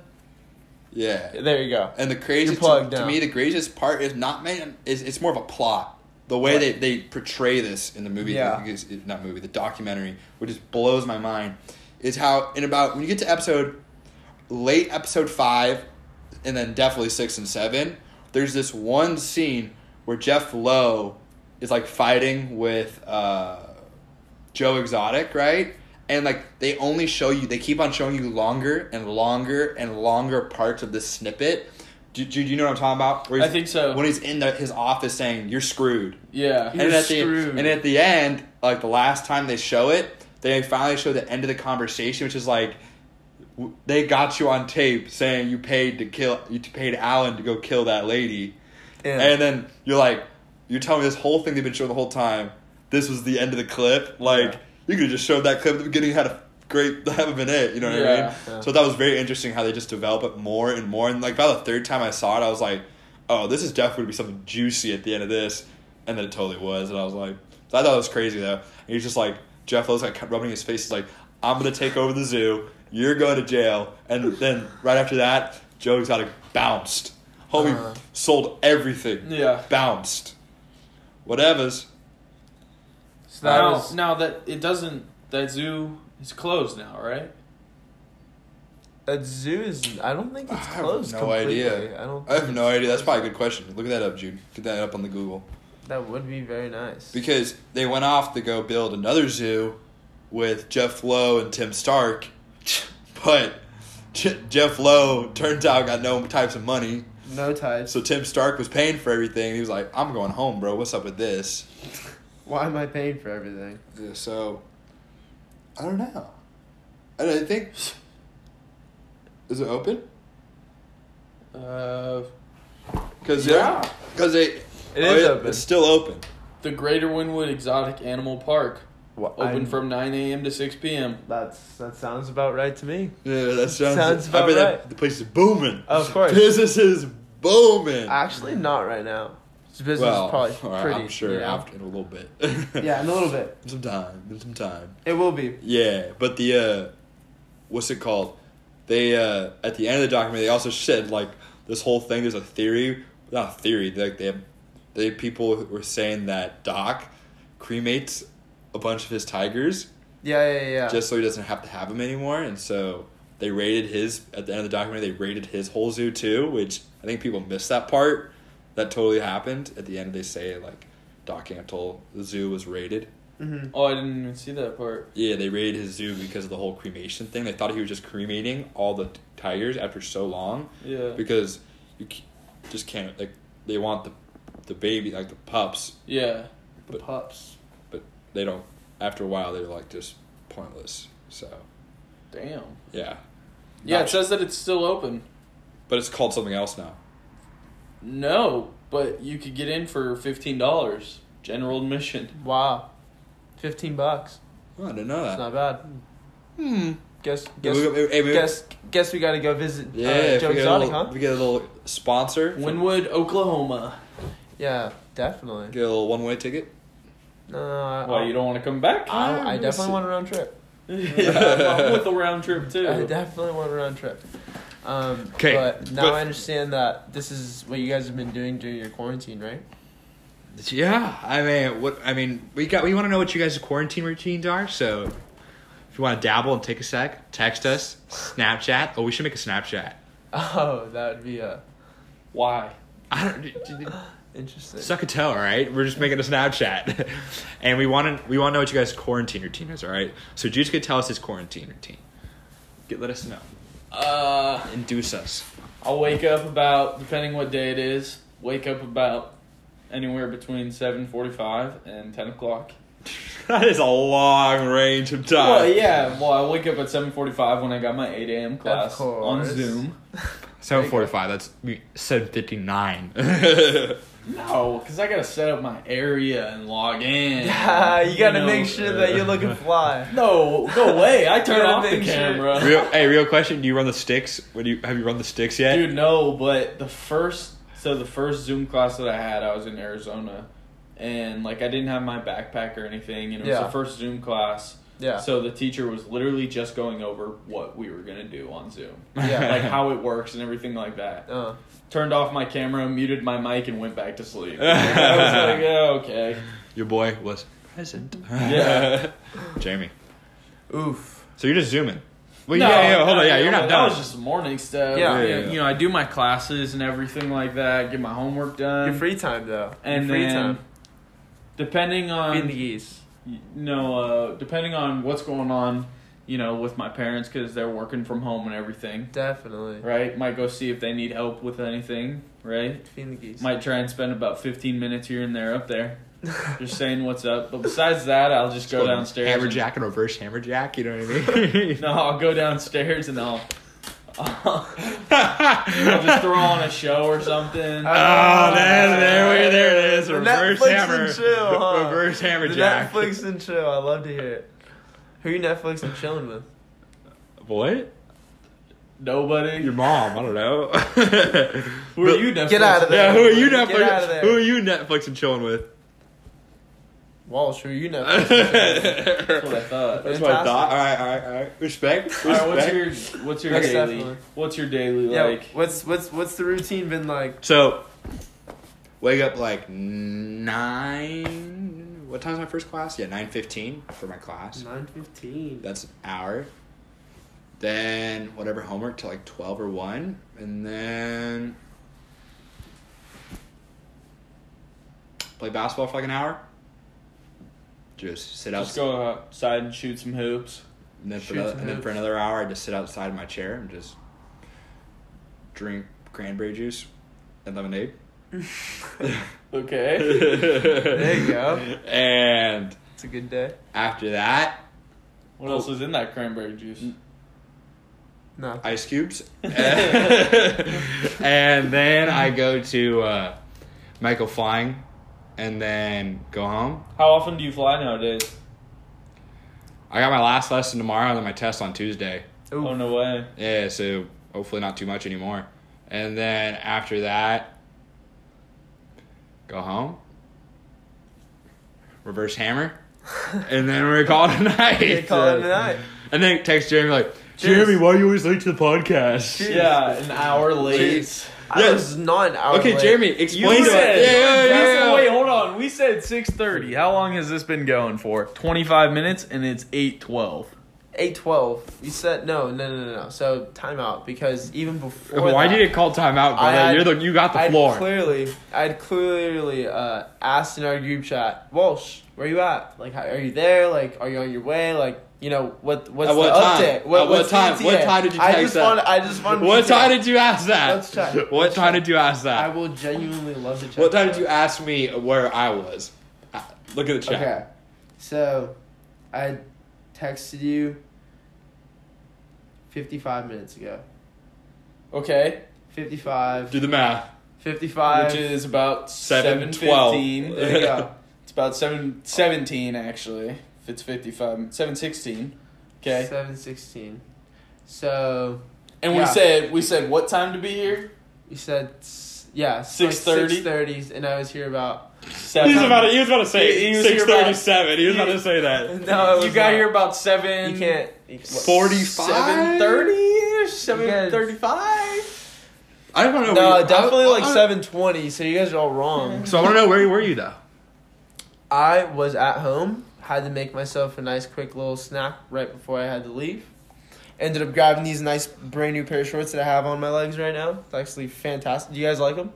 Speaker 1: yeah.
Speaker 2: There you go.
Speaker 1: And the craziest
Speaker 2: You're
Speaker 1: to,
Speaker 2: plugged
Speaker 1: to
Speaker 2: now.
Speaker 1: me, the craziest part is not man. Is it's more of a plot. The way they, they portray this in the movie,
Speaker 2: Yeah.
Speaker 1: like, it's- it's not movie, the documentary, which just blows my mind, is how in about when you get to episode late episode five, and then definitely six and seven. There's this one scene where Jeff Lowe is like fighting with uh, Joe Exotic, right? And like they only show you, they keep on showing you longer and longer and longer parts of this snippet. Do, do, do you know what I'm talking about? Where
Speaker 3: I
Speaker 1: he's-
Speaker 3: think so.
Speaker 1: When he's in the, his office saying, "You're screwed,"
Speaker 3: Yeah.
Speaker 1: and
Speaker 3: You're
Speaker 1: at the
Speaker 3: screwed.
Speaker 1: and at the end, like the last time they show it, they finally show the end of the conversation, which is like w- they got you on tape saying you paid to kill, you paid Alan to go kill that lady,
Speaker 2: Yeah.
Speaker 1: and then you're like, you're telling me this whole thing they've been showing the whole time. This was the end of the clip. Like
Speaker 2: Yeah.
Speaker 1: you could have just showed that clip at the beginning. Had a great *laughs* that would have been it. You know what I mean?
Speaker 3: Yeah.
Speaker 2: Yeah.
Speaker 1: So that was very interesting how they just develop it more and more. And like by the third time I saw it, I was like, oh, this is definitely gonna be something juicy at the end of this. And then it totally was. And I was like, so I thought it was crazy though. And he's just like Jeff Lowe's like rubbing his face. He's like, I'm gonna take over the zoo. You're going to jail. And then right after that, Joe Exotic bounced. Homie
Speaker 2: Uh.
Speaker 1: sold everything.
Speaker 3: Yeah.
Speaker 1: Bounced. Whatevers.
Speaker 2: So that
Speaker 3: now,
Speaker 2: was-
Speaker 3: now that it doesn't, that zoo is closed now, right?
Speaker 2: a zoo is. I don't think
Speaker 1: I
Speaker 2: it's
Speaker 1: have
Speaker 2: closed.
Speaker 1: no
Speaker 2: completely.
Speaker 1: idea.
Speaker 2: I don't.
Speaker 1: I have no idea. That's probably a good question. Look that up, Jude. Get that up on the Google.
Speaker 2: That would be very nice.
Speaker 1: Because they went off to go build another zoo with Jeff Lowe and Tim *laughs* Stark, but Je- Jeff Lowe turns out got no types of money.
Speaker 2: no ties.
Speaker 1: So Tim Stark was paying for everything. And he was like, "I'm going home, bro. What's up with this?"
Speaker 2: Why am I paying for everything?
Speaker 1: Yeah, So, I don't know. And I think is it open?
Speaker 3: Uh,
Speaker 1: Because
Speaker 3: Yeah.
Speaker 1: because it
Speaker 2: It is open.
Speaker 1: It's still open.
Speaker 3: the Greater Winwood Exotic Animal Park, open
Speaker 2: I'm-
Speaker 3: from 9 a.m. to 6 p.m.
Speaker 2: That's that sounds about right to me.
Speaker 1: Yeah, that sounds.
Speaker 2: Sounds about
Speaker 1: I bet
Speaker 2: right.
Speaker 1: that the place is booming.
Speaker 2: Of
Speaker 1: *laughs*
Speaker 2: course.
Speaker 1: business is booming.
Speaker 2: *laughs* Actually, not right now. This business
Speaker 1: well,
Speaker 2: is probably
Speaker 1: all right,
Speaker 2: pretty.
Speaker 1: *laughs* I'm sure
Speaker 2: you know?
Speaker 1: after in a little bit.
Speaker 2: Yeah, in a little bit.
Speaker 1: *laughs* some time. in Some time.
Speaker 2: It will be.
Speaker 1: Yeah, but the uh, what's it called? They uh, at the end of the document, they also said like this whole thing. There's a theory, not a theory. Like they, they people were saying that Doc cremates a bunch of his tigers
Speaker 2: Yeah, yeah, yeah.
Speaker 1: just so he doesn't have to have them anymore. And so they raided his at the end of the document. They raided his whole zoo too, which I think people missed that part. That totally happened. At the end, they say like Doc Antle, the zoo was raided.
Speaker 2: mm-hmm.
Speaker 3: Oh, I didn't even see that part.
Speaker 1: Yeah, they raided his zoo because of the whole cremation thing. They thought he was just cremating all the t- tigers after so long
Speaker 3: Yeah.
Speaker 1: because you c- just can't like they want the the baby like the pups,
Speaker 3: Yeah. The
Speaker 1: But-
Speaker 3: pups.
Speaker 1: but they don't. After a while, they're like just pointless. So
Speaker 3: Damn.
Speaker 1: yeah,
Speaker 3: Yeah,
Speaker 1: Not-
Speaker 3: it says that it's still open.
Speaker 1: but it's called something else now.
Speaker 3: No, but you could get in for $15. General admission.
Speaker 2: Wow, fifteen bucks.
Speaker 1: Oh, I didn't know
Speaker 2: It's
Speaker 1: that.
Speaker 2: not bad.
Speaker 1: Hmm.
Speaker 2: Guess
Speaker 1: Guess, uh,
Speaker 2: guess
Speaker 1: we, we, hey, we-
Speaker 2: guess guess we gotta go visit
Speaker 1: yeah,
Speaker 2: uh,
Speaker 1: if
Speaker 2: Joe
Speaker 1: we, get
Speaker 2: Exotic,
Speaker 1: a little,
Speaker 2: huh?
Speaker 1: we get a little sponsor.
Speaker 3: Winwood, Oklahoma.
Speaker 2: Yeah, definitely.
Speaker 1: Get a little one way ticket.
Speaker 2: No, I-
Speaker 3: Why, you don't want to come *laughs* back?
Speaker 2: I, I
Speaker 1: Let's
Speaker 2: definitely
Speaker 1: see.
Speaker 2: want a round trip.
Speaker 3: yeah, I'm with a round trip,
Speaker 2: I
Speaker 3: too.
Speaker 2: definitely want a round trip. Um,
Speaker 1: 'Kay,
Speaker 2: but now
Speaker 1: but-
Speaker 2: I understand that this is what you guys have been doing during your quarantine, right? *laughs*
Speaker 1: Yeah, I mean, what I mean, we got we want to know what you guys' quarantine routines are. So, if you want to dabble and take a sec, text us, Snapchat. Oh, we should make a Snapchat.
Speaker 2: Oh, that would be uh,
Speaker 3: Why?
Speaker 1: I don't d- d- d-
Speaker 2: interesting.
Speaker 1: suck a toe, all right? We're just making a Snapchat, *laughs* and we want to we want to know what you guys' quarantine routine is, all right? So, Juice could tell us his quarantine routine. Get let us know,
Speaker 3: Uh,
Speaker 1: induce us.
Speaker 3: I'll wake up about, depending what day it is, wake up about anywhere between 7.45 and 10 o'clock.
Speaker 1: *laughs* that is a long range of time.
Speaker 3: well, yeah. Well, I wake up at 7.45 when I got my 8 a.m. class on
Speaker 2: course.
Speaker 3: Zoom.
Speaker 2: *laughs*
Speaker 1: Seven forty-five. That's seven *laughs* fifty-nine.
Speaker 3: No, because I got to set up my area and log in.
Speaker 2: Yeah, *laughs* you gotta
Speaker 3: know.
Speaker 2: make sure that you're looking fly.
Speaker 3: No, go away. I turn
Speaker 2: Gotta
Speaker 3: off the
Speaker 2: make sure.
Speaker 3: camera.
Speaker 1: real, hey, real question. Do you run the sticks? What do you have you run the sticks yet?
Speaker 3: Dude, no, but the first so the first Zoom class that I had, I was in Arizona, and like I didn't have my backpack or anything, and it was
Speaker 2: Yeah.
Speaker 3: the first Zoom class.
Speaker 2: Yeah.
Speaker 3: So the teacher was literally just going over what we were gonna do on Zoom,
Speaker 2: *laughs* Yeah.
Speaker 3: like how it works and everything like that.
Speaker 2: Uh,
Speaker 3: Turned off my camera, muted my mic, and went back
Speaker 2: *laughs*
Speaker 3: to sleep. I was like, yeah, okay.
Speaker 1: *laughs* Your boy was present.
Speaker 3: Yeah.
Speaker 1: *laughs* Jamie.
Speaker 2: oof.
Speaker 1: So you're just zooming. Well,
Speaker 3: No,
Speaker 1: yeah, yeah, hold on.
Speaker 3: no,
Speaker 1: Yeah, you're
Speaker 3: no,
Speaker 1: not
Speaker 3: That
Speaker 1: done.
Speaker 3: was just morning stuff.
Speaker 2: Yeah.
Speaker 1: Yeah, yeah,
Speaker 3: You know, I do my classes and everything like that. Get my homework done.
Speaker 2: Your free time though.
Speaker 3: Um, and
Speaker 2: your free
Speaker 3: then um,
Speaker 2: time.
Speaker 3: depending
Speaker 2: Feeding the e-
Speaker 3: on
Speaker 2: geese.
Speaker 3: no uh, depending on what's going on you know with my parents because they're working from home and everything
Speaker 2: Definitely.
Speaker 3: right might go see if they need help with anything right
Speaker 2: Feeding the geese.
Speaker 3: might try and spend about 15 minutes here and there up
Speaker 2: *laughs*
Speaker 3: there just saying what's up but besides that i'll just go downstairs
Speaker 1: Hammer
Speaker 3: and-
Speaker 1: jack and reverse hammer jack. You know what I mean?
Speaker 3: *laughs* no i'll go downstairs and i'll *laughs* I'll just throw on a show or
Speaker 1: *laughs*
Speaker 3: something.
Speaker 1: Oh, there, there, we, there it is.
Speaker 2: The
Speaker 1: Reverse
Speaker 2: Netflix
Speaker 1: hammer.
Speaker 2: and chill, huh?
Speaker 1: Reverse hammer
Speaker 2: The
Speaker 1: jack.
Speaker 2: Netflix and chill. I love to hear it. Who you Netflix and chilling with?
Speaker 1: What?
Speaker 3: Nobody.
Speaker 1: Your mom? I don't know. *laughs*
Speaker 3: Who are you?
Speaker 2: Get out of there.
Speaker 1: Yeah, who are you
Speaker 2: Get out of
Speaker 1: Netflix?
Speaker 2: there.
Speaker 1: Who are you Netflix and chilling *laughs* with?
Speaker 2: Walsh, who you Netflix?
Speaker 3: That's what I
Speaker 1: That's
Speaker 3: thought.
Speaker 1: what I
Speaker 2: Fantastic.
Speaker 1: thought. All right, all right, all right. Respect. respect.
Speaker 3: All right, what's your what's your
Speaker 2: Most
Speaker 3: daily?
Speaker 2: definitely.
Speaker 3: What's your daily
Speaker 2: yeah.
Speaker 3: like?
Speaker 2: what's what's what's the routine been like?
Speaker 1: So, wake up like nine. What time's my first class? Yeah, nine fifteen for my class.
Speaker 2: Nine fifteen.
Speaker 1: That's an hour. then whatever homework till like 12 or 1 and then play basketball for like an hour just sit
Speaker 3: Just
Speaker 1: outside
Speaker 3: go outside and shoot some hoops.
Speaker 1: and, then for
Speaker 2: shoot
Speaker 1: another,
Speaker 2: some
Speaker 1: and then for
Speaker 2: hoops.
Speaker 1: another hour i just sit outside in my chair and just drink cranberry juice and lemonade
Speaker 3: Okay.
Speaker 2: you go.
Speaker 1: *laughs* and
Speaker 2: It's a good day.
Speaker 1: after that
Speaker 3: *laughs* what else is in that cranberry juice?
Speaker 2: No.
Speaker 1: ice
Speaker 2: *laughs*
Speaker 1: cubes. and then I go to uh, Michael Flying and then go home.
Speaker 3: How often do you fly nowadays?
Speaker 1: I got my last lesson tomorrow and then my test on Tuesday.
Speaker 2: Ooh.
Speaker 3: Oh no way.
Speaker 1: Yeah, so hopefully not too much anymore. And then after that, go home, reverse
Speaker 2: *laughs*
Speaker 1: hammer, and then we call it a night.
Speaker 2: Okay, call it a night.
Speaker 1: And then text Jeremy like,
Speaker 2: Cheers.
Speaker 1: Jeremy, why are you always late to the podcast?
Speaker 2: Cheers.
Speaker 3: Yeah, an hour late.
Speaker 1: Jeez.
Speaker 2: I was not an hour
Speaker 1: Okay,
Speaker 2: late.
Speaker 1: Jeremy,
Speaker 3: You
Speaker 1: explain to us.
Speaker 3: said.
Speaker 1: Yeah,
Speaker 3: You
Speaker 1: yeah,
Speaker 3: said-
Speaker 1: yeah.
Speaker 3: Wait, hold on. We said six thirty. How long has this been going for? Twenty five minutes, and it's eight twelve.
Speaker 2: Eight twelve. You said no, no, no, no, no. So timeout because even before.
Speaker 1: Why
Speaker 2: that,
Speaker 1: did it call timeout,
Speaker 2: I
Speaker 1: brother?
Speaker 2: had-
Speaker 1: You're the you got the
Speaker 2: I'd
Speaker 1: floor.
Speaker 2: clearly, I'd clearly uh, asked in our group chat, Walsh, where you at? Like, how, are you there? Like, are you on your way? Like, you know, what? What's
Speaker 1: At what
Speaker 2: the
Speaker 1: time?
Speaker 2: update?
Speaker 1: At what
Speaker 2: what's the
Speaker 1: time? What
Speaker 2: ETA?
Speaker 1: time did you
Speaker 2: I
Speaker 1: text
Speaker 2: just
Speaker 1: that?
Speaker 2: Want, I just want.
Speaker 1: what
Speaker 2: detail.
Speaker 1: time did you ask that?
Speaker 2: Let's
Speaker 1: *laughs*
Speaker 2: check.
Speaker 1: What
Speaker 2: Let's
Speaker 1: time
Speaker 2: check.
Speaker 1: did you ask
Speaker 2: I
Speaker 1: that?
Speaker 2: will genuinely love to check.
Speaker 1: What time did
Speaker 2: that.
Speaker 1: you ask me where I was? Uh, Look at the chat.
Speaker 2: Okay, so I texted you fifty-five minutes ago.
Speaker 3: Okay,
Speaker 2: 55,
Speaker 1: Do the math.
Speaker 2: 55.
Speaker 3: which is about
Speaker 1: Seven,
Speaker 3: seven
Speaker 1: 12.
Speaker 3: *laughs* fifteen.
Speaker 1: *laughs*
Speaker 2: there you go.
Speaker 3: It's about seven seventeen actually. If it's fifty five, seven sixteen. Okay,
Speaker 2: Seven sixteen. So
Speaker 3: and we
Speaker 2: yeah.
Speaker 3: said we said what time to be here?
Speaker 2: you said s- yeah, six
Speaker 3: 6:30?
Speaker 2: thirty. Six and I was here about.
Speaker 3: Seven.
Speaker 1: He was about to, he was about to
Speaker 3: He-
Speaker 1: say
Speaker 3: he was here
Speaker 1: six
Speaker 3: about-
Speaker 1: thirty seven. He was about to say
Speaker 2: *laughs* No,
Speaker 1: that.
Speaker 2: it
Speaker 3: you
Speaker 2: was
Speaker 3: got
Speaker 2: not.
Speaker 3: here about seven.
Speaker 2: You can't. you- what?
Speaker 1: Forty
Speaker 3: Seven
Speaker 1: five.
Speaker 3: thirty ish.
Speaker 2: You
Speaker 3: Seven
Speaker 2: guys-
Speaker 3: thirty-five.
Speaker 1: I don't know. where
Speaker 2: No,
Speaker 1: you-
Speaker 2: definitely
Speaker 1: I-
Speaker 2: like
Speaker 1: I-
Speaker 2: seven twenty. So you guys are all *laughs* wrong.
Speaker 1: So I want to know where you were you though.
Speaker 2: I was at home. Had to make myself a nice, quick little snack right before I had to leave. Ended up grabbing these nice, brand new pair of shorts that I have on my legs right now. It's actually fantastic. Do you guys like them?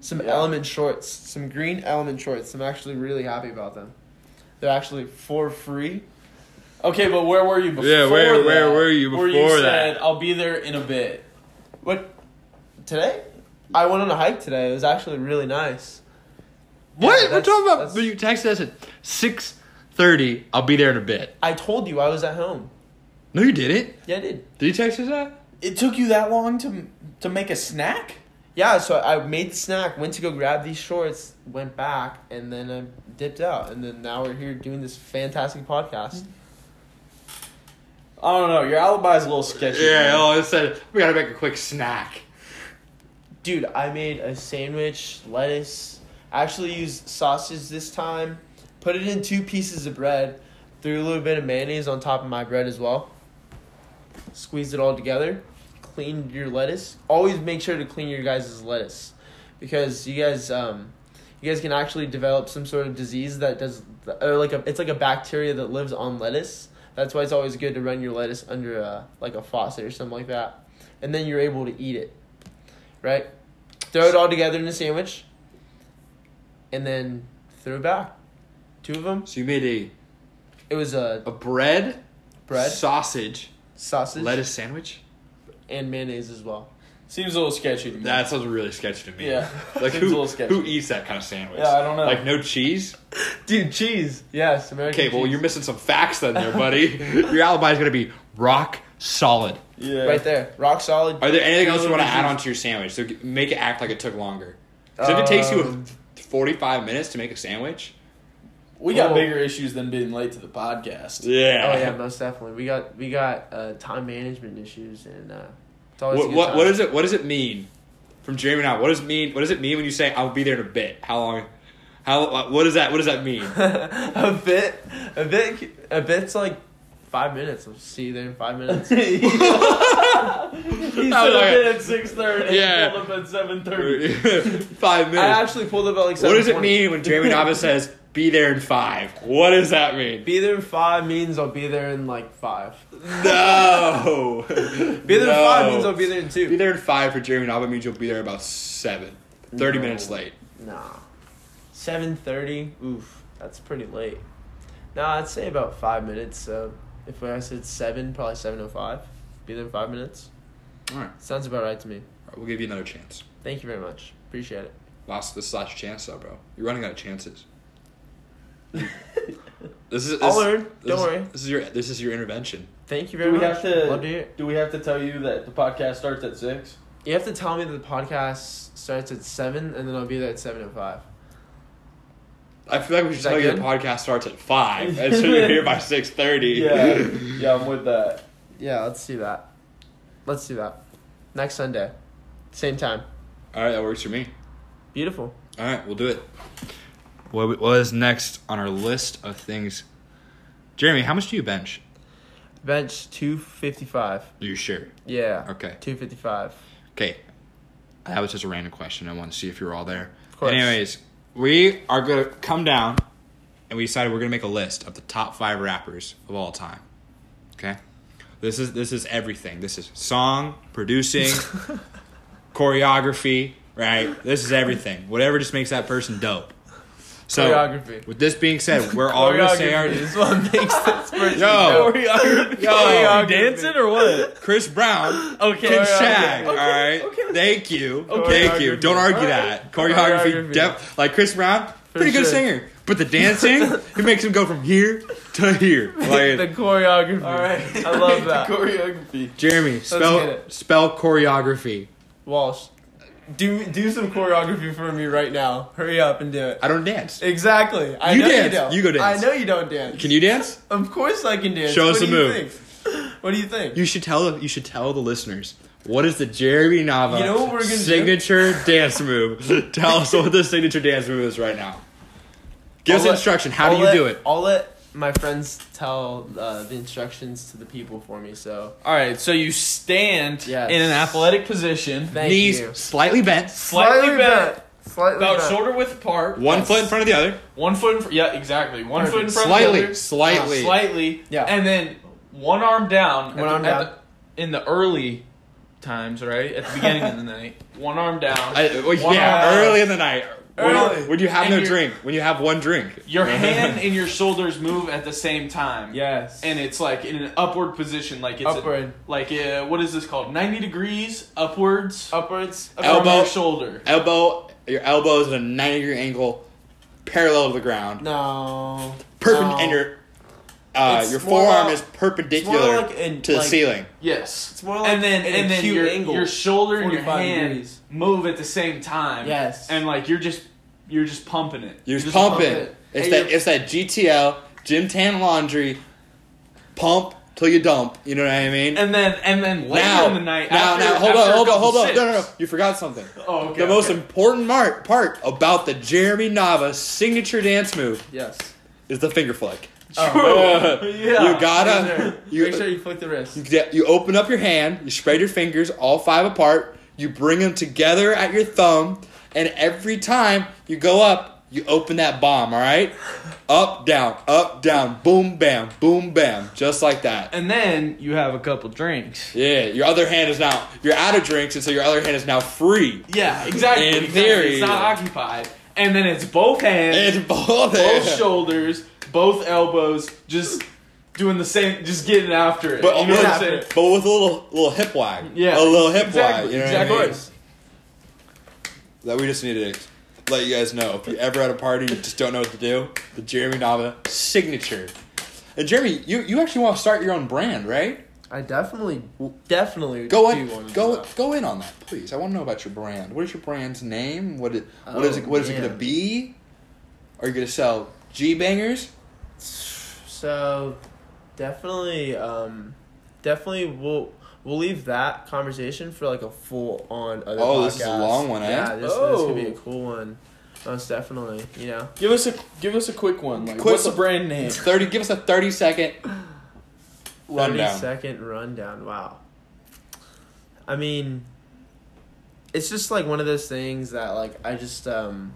Speaker 2: Some
Speaker 3: Yeah.
Speaker 2: element shorts, some green element shorts. I'm actually really happy about them. They're actually for free.
Speaker 3: Okay, but where were you before?
Speaker 1: Yeah, where-
Speaker 3: that?
Speaker 1: where were you
Speaker 3: Where
Speaker 1: before
Speaker 3: said,
Speaker 1: that?
Speaker 3: I'll be there in a bit.
Speaker 2: What today? I went on a hike today. It was actually really nice.
Speaker 1: What we're
Speaker 2: that's-
Speaker 1: talking about?
Speaker 2: that's-
Speaker 1: But you texted us at six thirty. I'll be there in a bit.
Speaker 2: I told you I was at home.
Speaker 1: No, you didn't.
Speaker 2: Yeah, I did.
Speaker 1: Did you text us that?
Speaker 3: It took you that long to to make a snack?
Speaker 2: Yeah, so I made the snack, went to go grab these shorts, went back, and then I dipped out, and then now we're here doing this fantastic podcast.
Speaker 3: I don't know. Your alibi's a little sketchy.
Speaker 1: Yeah,
Speaker 3: man.
Speaker 1: oh, it said we gotta make a quick snack.
Speaker 2: Dude, I made a sandwich, lettuce. I actually used sausage this time. Put it in two pieces of bread. Threw a little bit of mayonnaise on top of my bread as well. Squeezed it all together. Cleaned your lettuce. Always make sure to clean your guys' lettuce, because you guys, um, you guys can actually develop some sort of disease that does, or like a, it's like a bacteria that lives on lettuce. That's why it's always good to run your lettuce under a like a faucet or something like that, and then you're able to eat it, right? Throw it all together in a sandwich, and then throw it back. Two of them.
Speaker 1: So you made a
Speaker 2: It was a
Speaker 1: a bread,
Speaker 2: bread,
Speaker 1: sausage,
Speaker 2: sausage,
Speaker 1: lettuce sandwich.
Speaker 2: and mayonnaise as well.
Speaker 3: Seems a little sketchy to me.
Speaker 1: That sounds really sketchy to me.
Speaker 3: Yeah.
Speaker 1: like
Speaker 3: Seems a
Speaker 1: who
Speaker 3: little sketchy.
Speaker 1: who eats that kind of sandwich?
Speaker 3: Yeah, I don't know.
Speaker 1: Like no cheese.
Speaker 2: *laughs* Dude, cheese. Yes, American.
Speaker 1: Okay, well
Speaker 2: cheese.
Speaker 1: you're missing some facts then, there, buddy.
Speaker 2: *laughs*
Speaker 1: Your alibi is gonna be rock solid.
Speaker 3: yeah.
Speaker 2: right there, rock solid.
Speaker 1: Are there anything else you want to
Speaker 2: Calories.
Speaker 1: add onto your sandwich? So make it act like it took longer. 'Cause if it takes you
Speaker 2: Um,
Speaker 1: 45 minutes to make a sandwich,
Speaker 3: We got
Speaker 2: Oh.
Speaker 3: bigger issues than being late to the
Speaker 2: *laughs*
Speaker 3: podcast.
Speaker 1: yeah.
Speaker 2: Oh yeah, most definitely. We got we got uh, time management issues, and uh, it's always a
Speaker 1: What
Speaker 2: good
Speaker 1: what,
Speaker 2: time.
Speaker 1: what is it? What does it mean? From Jeremy and I, what does it mean? What does it mean when you say I'll be there in a bit? How long? How? uh, What does that? What does that
Speaker 2: *laughs*
Speaker 1: mean? *laughs*
Speaker 2: a bit, a bit, a bit's like five minutes. I'll see you there in
Speaker 1: *laughs*
Speaker 2: five minutes.
Speaker 3: he
Speaker 2: *laughs*
Speaker 1: I was like-
Speaker 3: said it at six thirty.
Speaker 1: Yeah.
Speaker 3: Pulled up at seven thirty.
Speaker 1: Five minutes.
Speaker 2: I actually pulled up at like.
Speaker 1: what does it
Speaker 2: 7:20.
Speaker 1: mean when Jeremy Nava says Be there in five. What does that
Speaker 2: *laughs*
Speaker 1: mean?
Speaker 2: Be there in five means I'll be there in like five.
Speaker 1: *laughs* No.
Speaker 2: Be there in five
Speaker 1: No.
Speaker 2: means I'll be there in two.
Speaker 1: Be there in five for Jeremy Nava means you'll be there about seven. Thirty
Speaker 2: No.
Speaker 1: minutes late.
Speaker 2: Nah. Seven thirty. Oof, that's pretty late. Nah, I'd say about five minutes. So if I said seven, probably seven o five. Be there in five minutes.
Speaker 1: All right.
Speaker 2: Sounds about right to me.
Speaker 1: We'll give you another chance.
Speaker 2: Thank you very much. Appreciate
Speaker 3: *laughs*
Speaker 2: it.
Speaker 1: Last this is last chance though, bro. You're running out of chances. This is. This,
Speaker 2: I'll learn.
Speaker 1: this
Speaker 2: Don't
Speaker 1: is-
Speaker 2: worry.
Speaker 1: This is your. This is your intervention.
Speaker 2: Thank you very
Speaker 3: Do we
Speaker 2: much.
Speaker 3: have to?
Speaker 2: Love to hear it.
Speaker 3: Do we have to tell you that the podcast starts at six?
Speaker 2: You have to tell me that the podcast starts at seven, and then I'll be there at seven o five.
Speaker 1: I feel like we should
Speaker 2: Is that
Speaker 1: tell you the
Speaker 2: good?
Speaker 1: podcast starts at
Speaker 2: *laughs*
Speaker 1: five, and so you're here by six thirty.
Speaker 3: Yeah, yeah, I'm with that.
Speaker 2: Yeah, let's do that. Let's do that. Next Sunday, same time.
Speaker 1: All right, that works for me.
Speaker 2: Beautiful.
Speaker 1: All right, we'll do it. What what is next on our list of things? Jeremy, how much do you bench?
Speaker 2: Bench two fifty five.
Speaker 1: Are you sure?
Speaker 2: Yeah.
Speaker 1: Okay.
Speaker 2: Two fifty five.
Speaker 1: Okay. That was just a random question. I want to see if you're all there.
Speaker 2: Of course.
Speaker 1: Anyways, we are going to come down and we decided we're going to make a list of the top 5 rappers of all time. Okay? This is this is everything. This is song,
Speaker 2: *laughs*
Speaker 1: producing, choreography, right? This is everything. Whatever just makes that person dope. So,
Speaker 2: Choreography.
Speaker 1: with this being said, we're all going to say our
Speaker 2: Choreography is what
Speaker 1: *laughs*
Speaker 2: makes this person
Speaker 1: Yo.
Speaker 2: go. Choreography.
Speaker 1: Yo.
Speaker 2: Choreography.
Speaker 3: Dancing or what?
Speaker 1: Chris Brown
Speaker 3: Okay.
Speaker 1: can
Speaker 2: Choreography.
Speaker 1: shag.
Speaker 2: Okay,
Speaker 1: All right.
Speaker 2: okay.
Speaker 1: Thank you.
Speaker 2: Okay.
Speaker 1: Thank you. Don't argue
Speaker 2: Choreography.
Speaker 1: that.
Speaker 2: All right.
Speaker 1: Choreography,
Speaker 2: Choreography.
Speaker 1: def- like Chris Brown, pretty good
Speaker 2: sure.
Speaker 1: singer. But the
Speaker 2: *laughs*
Speaker 1: dancing, it makes him go from here to here. Like,
Speaker 2: the choreography.
Speaker 3: All right.
Speaker 2: I *laughs*
Speaker 3: *laughs*
Speaker 2: love that.
Speaker 3: choreography.
Speaker 1: Jeremy,
Speaker 2: get
Speaker 1: spell
Speaker 2: it.
Speaker 1: spell choreography.
Speaker 2: Walsh, do do some choreography for me right now. Hurry up and do it.
Speaker 1: I don't dance.
Speaker 2: Exactly. I
Speaker 1: You
Speaker 2: know
Speaker 1: dance.
Speaker 2: You, don't.
Speaker 1: You go dance.
Speaker 2: I know you don't dance.
Speaker 1: Can you dance?
Speaker 2: Of course I can dance.
Speaker 1: Show us
Speaker 2: What
Speaker 1: a
Speaker 2: do you
Speaker 1: move.
Speaker 2: think? What do you think?
Speaker 1: You should tell you should tell the listeners what is the Jeremy Nava
Speaker 2: You know what we're gonna do?
Speaker 1: signature dance move. *laughs* Tell us what the signature dance move is right now. Give us
Speaker 2: I'll let-
Speaker 1: instruction. How
Speaker 2: I'll
Speaker 1: do you
Speaker 2: let-
Speaker 1: do it?
Speaker 2: I'll let my friends tell uh, the instructions to the people for me. So
Speaker 3: All right, so you stand
Speaker 2: Yes.
Speaker 3: in an athletic position,
Speaker 2: thank
Speaker 1: Knees
Speaker 2: you.
Speaker 1: slightly bent,
Speaker 3: slightly, bent,
Speaker 2: Slightly
Speaker 3: about
Speaker 2: bent.
Speaker 3: shoulder width apart.
Speaker 1: one
Speaker 2: Yes.
Speaker 1: foot in front of the other.
Speaker 3: One foot in front. Yeah, exactly. One foot in front.
Speaker 1: Slightly,
Speaker 3: of the other.
Speaker 1: slightly.
Speaker 3: Uh, slightly.
Speaker 2: Yeah.
Speaker 3: And then one arm down. at
Speaker 2: One
Speaker 3: the-
Speaker 2: arm
Speaker 3: at
Speaker 2: down.
Speaker 3: the- in the early times, right at the beginning of the night, one arm down.
Speaker 1: I, well,
Speaker 3: One
Speaker 1: yeah,
Speaker 3: arm down.
Speaker 1: early in the night. When,
Speaker 2: Early.
Speaker 1: when you have
Speaker 3: And
Speaker 1: no
Speaker 3: you're-
Speaker 1: drink, when you have one drink.
Speaker 3: Your hand and your shoulders move at the same time.
Speaker 2: Yes.
Speaker 3: And it's like in an upward position, like it's a-
Speaker 2: upward,
Speaker 3: like uh, what is this called? Ninety degrees upwards
Speaker 2: upwards, upwards.
Speaker 3: from
Speaker 1: Oh, Elbow.
Speaker 3: your shoulder.
Speaker 1: *laughs* elbow, your elbow is at a ninety degree angle, parallel to the ground.
Speaker 2: No.
Speaker 1: Perpen-
Speaker 2: No.
Speaker 1: and your uh,
Speaker 2: It's
Speaker 1: your
Speaker 2: more
Speaker 1: forearm
Speaker 2: like-
Speaker 1: is
Speaker 2: It's more
Speaker 1: perpendicular
Speaker 2: like an,
Speaker 1: to the
Speaker 2: like,
Speaker 1: ceiling.
Speaker 3: Yes.
Speaker 2: It's more like
Speaker 3: and then
Speaker 2: an
Speaker 3: and then
Speaker 2: acute
Speaker 3: your
Speaker 2: angle.
Speaker 3: your shoulder and your
Speaker 2: 45
Speaker 3: hand
Speaker 2: degrees.
Speaker 3: move at the same time.
Speaker 2: Yes.
Speaker 3: And like you're just you're just pumping it.
Speaker 1: You're just
Speaker 2: pump
Speaker 1: pumping.
Speaker 2: it.
Speaker 1: It's
Speaker 2: And
Speaker 1: that
Speaker 2: you're-
Speaker 1: it's that GTL gym tan laundry pump till you dump. You know what I mean?
Speaker 3: And then and then later
Speaker 1: now,
Speaker 3: in the night.
Speaker 1: now,
Speaker 3: after,
Speaker 1: now, hold
Speaker 3: after
Speaker 1: on,
Speaker 3: a
Speaker 1: hold on,
Speaker 3: couple
Speaker 1: hold on. No, no, no.
Speaker 3: sips-
Speaker 1: You forgot something.
Speaker 3: Oh, okay.
Speaker 1: the most
Speaker 3: okay.
Speaker 1: important mar- part about the Jeremy Nava signature dance move
Speaker 2: *laughs* yes.
Speaker 1: is the finger flick.
Speaker 3: Oh.
Speaker 1: True.
Speaker 3: Yeah.
Speaker 1: *laughs* You gotta
Speaker 2: Sure.
Speaker 1: you,
Speaker 2: Make sure you flick the wrist.
Speaker 1: you you open up your hand, you spread your fingers all five apart, you bring them together at your thumb, and every time you go up, you open that bomb, all right? Up, down, up, down, boom, bam, boom, bam, just like that.
Speaker 3: And then you have a couple drinks.
Speaker 1: Yeah, your other hand is now you're out of drinks, and so your other hand is now free.
Speaker 3: Yeah, *laughs* exactly.
Speaker 1: In
Speaker 3: exactly.
Speaker 1: theory.
Speaker 3: It's not occupied. And then it's both hands.
Speaker 1: It's *laughs* both,
Speaker 3: both shoulders, both elbows, just doing the same, just getting after it.
Speaker 1: but
Speaker 3: You know
Speaker 1: almost,
Speaker 3: what I'm
Speaker 2: after
Speaker 3: saying?
Speaker 1: but with a little little hip wag,
Speaker 3: Yeah,
Speaker 1: a little hip
Speaker 3: exactly,
Speaker 1: wag. You know
Speaker 3: exactly.
Speaker 1: what I mean? that we just needed to let you guys know. If you ever at a party you just don't know what to do, the Jeremy Nava signature. And Jeremy, you, you actually want to start your own brand, right?
Speaker 2: I definitely, definitely
Speaker 1: Go
Speaker 2: do
Speaker 1: on,
Speaker 2: want to do
Speaker 1: go
Speaker 2: that.
Speaker 1: go in on that, please. I want to know about your brand. What is your brand's name? What is what is it?
Speaker 2: Oh,
Speaker 1: What is it
Speaker 2: man.
Speaker 1: going to be? Are you going to sell G bangers?
Speaker 2: So, definitely, um, definitely, we'll we'll leave that conversation for like a full on other.
Speaker 1: Oh, this is a
Speaker 2: podcast.
Speaker 1: long one, eh?
Speaker 2: Yeah, this, this could be a
Speaker 3: Oh.
Speaker 2: cool one. Most definitely, you know.
Speaker 3: Give us a give us a quick one. Like,
Speaker 1: Quick
Speaker 3: what's the
Speaker 1: one.
Speaker 3: brand name?
Speaker 1: Thirty. Give us a thirty second rundown.
Speaker 2: Second rundown. Wow. I mean, it's just like one of those things that like I just um,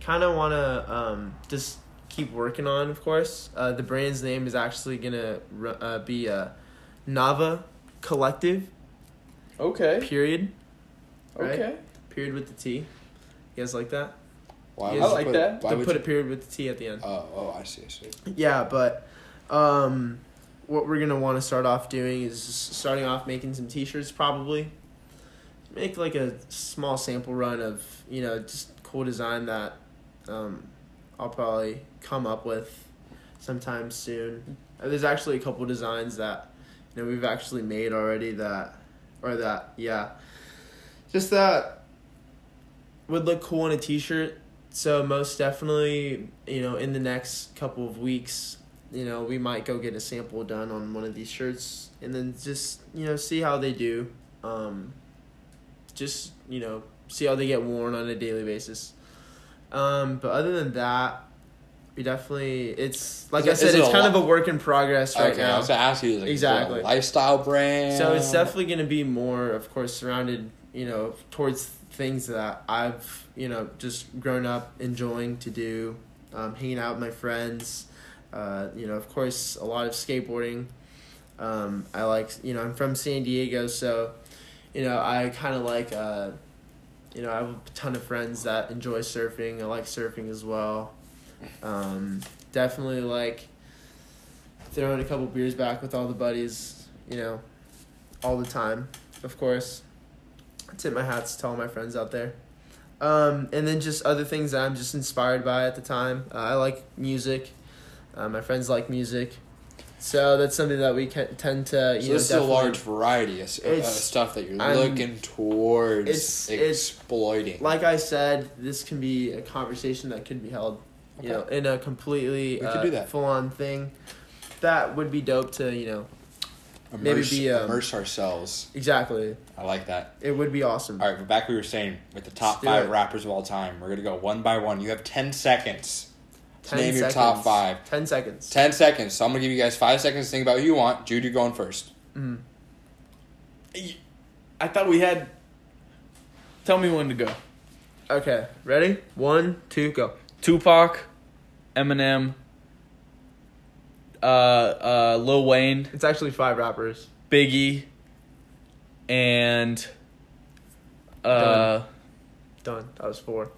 Speaker 2: kind of want to um just keep working on, of course. Uh, the brand's name is actually gonna ru- uh, be uh, Nava Collective.
Speaker 3: Okay.
Speaker 2: Period. Right?
Speaker 3: Okay.
Speaker 2: Period with the T. You guys like that?
Speaker 1: Why
Speaker 2: Yeah,
Speaker 1: would
Speaker 2: I
Speaker 1: you
Speaker 3: like
Speaker 1: put-
Speaker 3: that.
Speaker 1: Why
Speaker 2: to
Speaker 1: would
Speaker 2: put
Speaker 1: you-
Speaker 2: a period with the T at the end.
Speaker 1: Oh, oh, I see, I see.
Speaker 2: Yeah, but um, what we're gonna want to start off doing is starting off making some T-shirts probably. Make like a small sample run of you know just cool design that um, I'll probably come up with sometime soon. Uh, There's actually a couple designs that you know we've actually made already that or that yeah, just that would look cool in a T-shirt so most definitely, you know, in the next couple of weeks, you know, we might go get a sample done on one of these shirts and then just, you know, see how they do. Um just, you know, see how they get worn on a daily basis. Um but other than that, we definitely it's like
Speaker 1: Is it-
Speaker 2: I said
Speaker 1: is it
Speaker 2: it's
Speaker 1: a
Speaker 2: kind
Speaker 1: lot?
Speaker 2: of a work in progress right
Speaker 1: okay, I
Speaker 2: now.
Speaker 1: was gonna ask you like, is it a
Speaker 2: Exactly.
Speaker 1: lifestyle brand.
Speaker 2: So it's definitely going to be more, of course, surrounded, you know, towards things that I've, you know, just grown up enjoying to do, um, hanging out with my friends. Uh, you know, of course, a lot of skateboarding. Um, I like, you know, I'm from San Diego, so, you know, I kind of like, uh, you know, I have a ton of friends that enjoy surfing. I like surfing as well. Um, definitely like throwing a couple beers back with all the buddies, you know, all the time, of course. I tip my hats to all my friends out there. Um, and then just other things that I'm just inspired by at the time. Uh, I like music. Uh, my friends like music. So that's something that we can, tend to, you
Speaker 1: So
Speaker 2: know,
Speaker 1: this is a
Speaker 2: definitely-
Speaker 1: large variety of s- uh,
Speaker 2: It's-
Speaker 1: stuff that you're
Speaker 2: I'm-
Speaker 1: looking towards
Speaker 2: it's- it's-
Speaker 1: exploiting.
Speaker 2: like I said, this can be a conversation that could be held, you know,
Speaker 1: Okay.
Speaker 2: in a completely
Speaker 1: We could do
Speaker 2: uh,
Speaker 1: that.
Speaker 2: full on thing. That would be dope to, you know, maybe
Speaker 1: immerse,
Speaker 2: be, um,
Speaker 1: immerse ourselves.
Speaker 2: exactly.
Speaker 1: I like that.
Speaker 2: It would be awesome.
Speaker 1: All right, but back we were saying with the top
Speaker 2: Let's do
Speaker 1: five
Speaker 2: it.
Speaker 1: rappers of all time. We're gonna go one by one. You have ten seconds. to
Speaker 2: 10
Speaker 1: Name your
Speaker 2: seconds.
Speaker 1: top five.
Speaker 2: 10 seconds.
Speaker 1: Ten seconds. So I'm gonna give you guys five seconds to think about who you want. Jude, you're going first.
Speaker 2: Mm.
Speaker 3: I thought we had. Tell me when to go.
Speaker 2: Okay, ready? One, two, go.
Speaker 3: Tupac, Eminem, uh, uh, Lil Wayne,
Speaker 2: It's actually five rappers.
Speaker 3: Biggie, and uh,
Speaker 2: Done. That was four.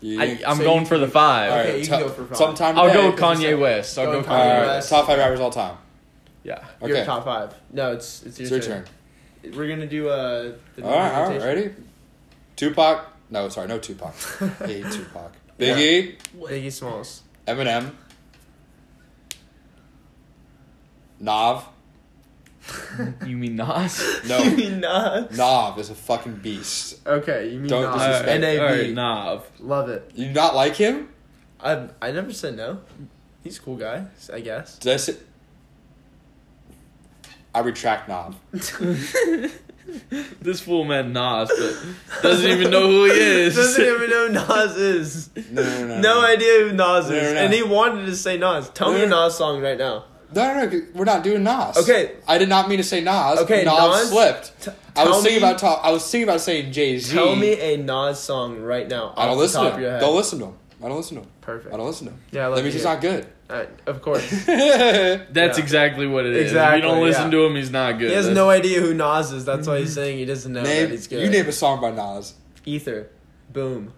Speaker 1: You-
Speaker 3: I, I'm
Speaker 2: So
Speaker 3: going
Speaker 2: you
Speaker 3: for
Speaker 2: can-
Speaker 3: the five.
Speaker 2: Okay, you can
Speaker 1: to-
Speaker 2: go for five.
Speaker 1: Sometime
Speaker 3: I'll
Speaker 1: today.
Speaker 3: go with Kanye West. I'll
Speaker 2: Go
Speaker 3: go
Speaker 2: with
Speaker 3: with
Speaker 1: All
Speaker 2: Kanye
Speaker 1: right,
Speaker 3: Kanye.
Speaker 2: West.
Speaker 1: top five rappers of all time.
Speaker 3: Yeah.
Speaker 1: Okay,
Speaker 2: Your top five. No, it's it's your,
Speaker 1: it's your
Speaker 2: turn.
Speaker 1: turn.
Speaker 2: We're going to do uh, the
Speaker 1: All right, all right,
Speaker 2: presentation.
Speaker 1: ready? Tupac. No, sorry, no Tupac.
Speaker 2: *laughs*
Speaker 1: hey, Tupac.
Speaker 2: Yeah.
Speaker 1: Biggie,
Speaker 2: Biggie Smalls.
Speaker 1: Eminem, Nav.
Speaker 3: You
Speaker 2: *laughs*
Speaker 3: mean Nas?
Speaker 1: *laughs* No.
Speaker 2: You mean Nas.
Speaker 1: Nav is a fucking beast.
Speaker 2: Okay, you mean
Speaker 1: Don't
Speaker 2: Nas.
Speaker 1: disrespect-
Speaker 2: NAB.
Speaker 3: Alright, Nav.
Speaker 2: Love it.
Speaker 1: You not like him?
Speaker 2: I I never said no. He's a cool guy,
Speaker 1: *laughs*
Speaker 2: I guess.
Speaker 1: Did I say- I retract Nav.
Speaker 3: This fool meant Nas, but doesn't even know who he is.
Speaker 2: Doesn't even know Nas is.
Speaker 1: No, no, no, no.
Speaker 2: No idea who Nas
Speaker 1: No, no,
Speaker 2: is,
Speaker 1: no.
Speaker 2: and he wanted to say Nas. Tell me a
Speaker 1: No, no.
Speaker 2: Nas song right now.
Speaker 1: No, no, no. We're not doing Nas.
Speaker 2: Okay.
Speaker 1: I did not mean to say Nas.
Speaker 2: Okay,
Speaker 1: Nav
Speaker 2: Nas,
Speaker 1: slipped.
Speaker 2: T-
Speaker 1: I was
Speaker 2: tell
Speaker 1: thinking
Speaker 2: me-
Speaker 1: about talk. I was thinking about saying Jay Z.
Speaker 2: Tell me a Nas song right now.
Speaker 1: I
Speaker 2: off
Speaker 1: don't
Speaker 2: the
Speaker 1: listen
Speaker 2: top
Speaker 1: to
Speaker 2: of your
Speaker 1: him.
Speaker 2: head.
Speaker 1: Don't listen to him. I don't listen to him.
Speaker 2: Perfect.
Speaker 1: I don't listen to him.
Speaker 2: Yeah, I love
Speaker 1: that means he's
Speaker 2: you.
Speaker 1: not good. *laughs*
Speaker 2: Alright, of course.
Speaker 3: That's
Speaker 2: Yeah.
Speaker 3: exactly what it is.
Speaker 2: Exactly,
Speaker 3: if you don't listen
Speaker 2: yeah.
Speaker 3: to him, he's not good.
Speaker 2: he has
Speaker 3: That's-
Speaker 2: no idea who Nas is. That's why he's saying he doesn't know that
Speaker 1: Mm-hmm. name,
Speaker 2: he's good.
Speaker 1: You name a song by Nas.
Speaker 2: Ether. Boom.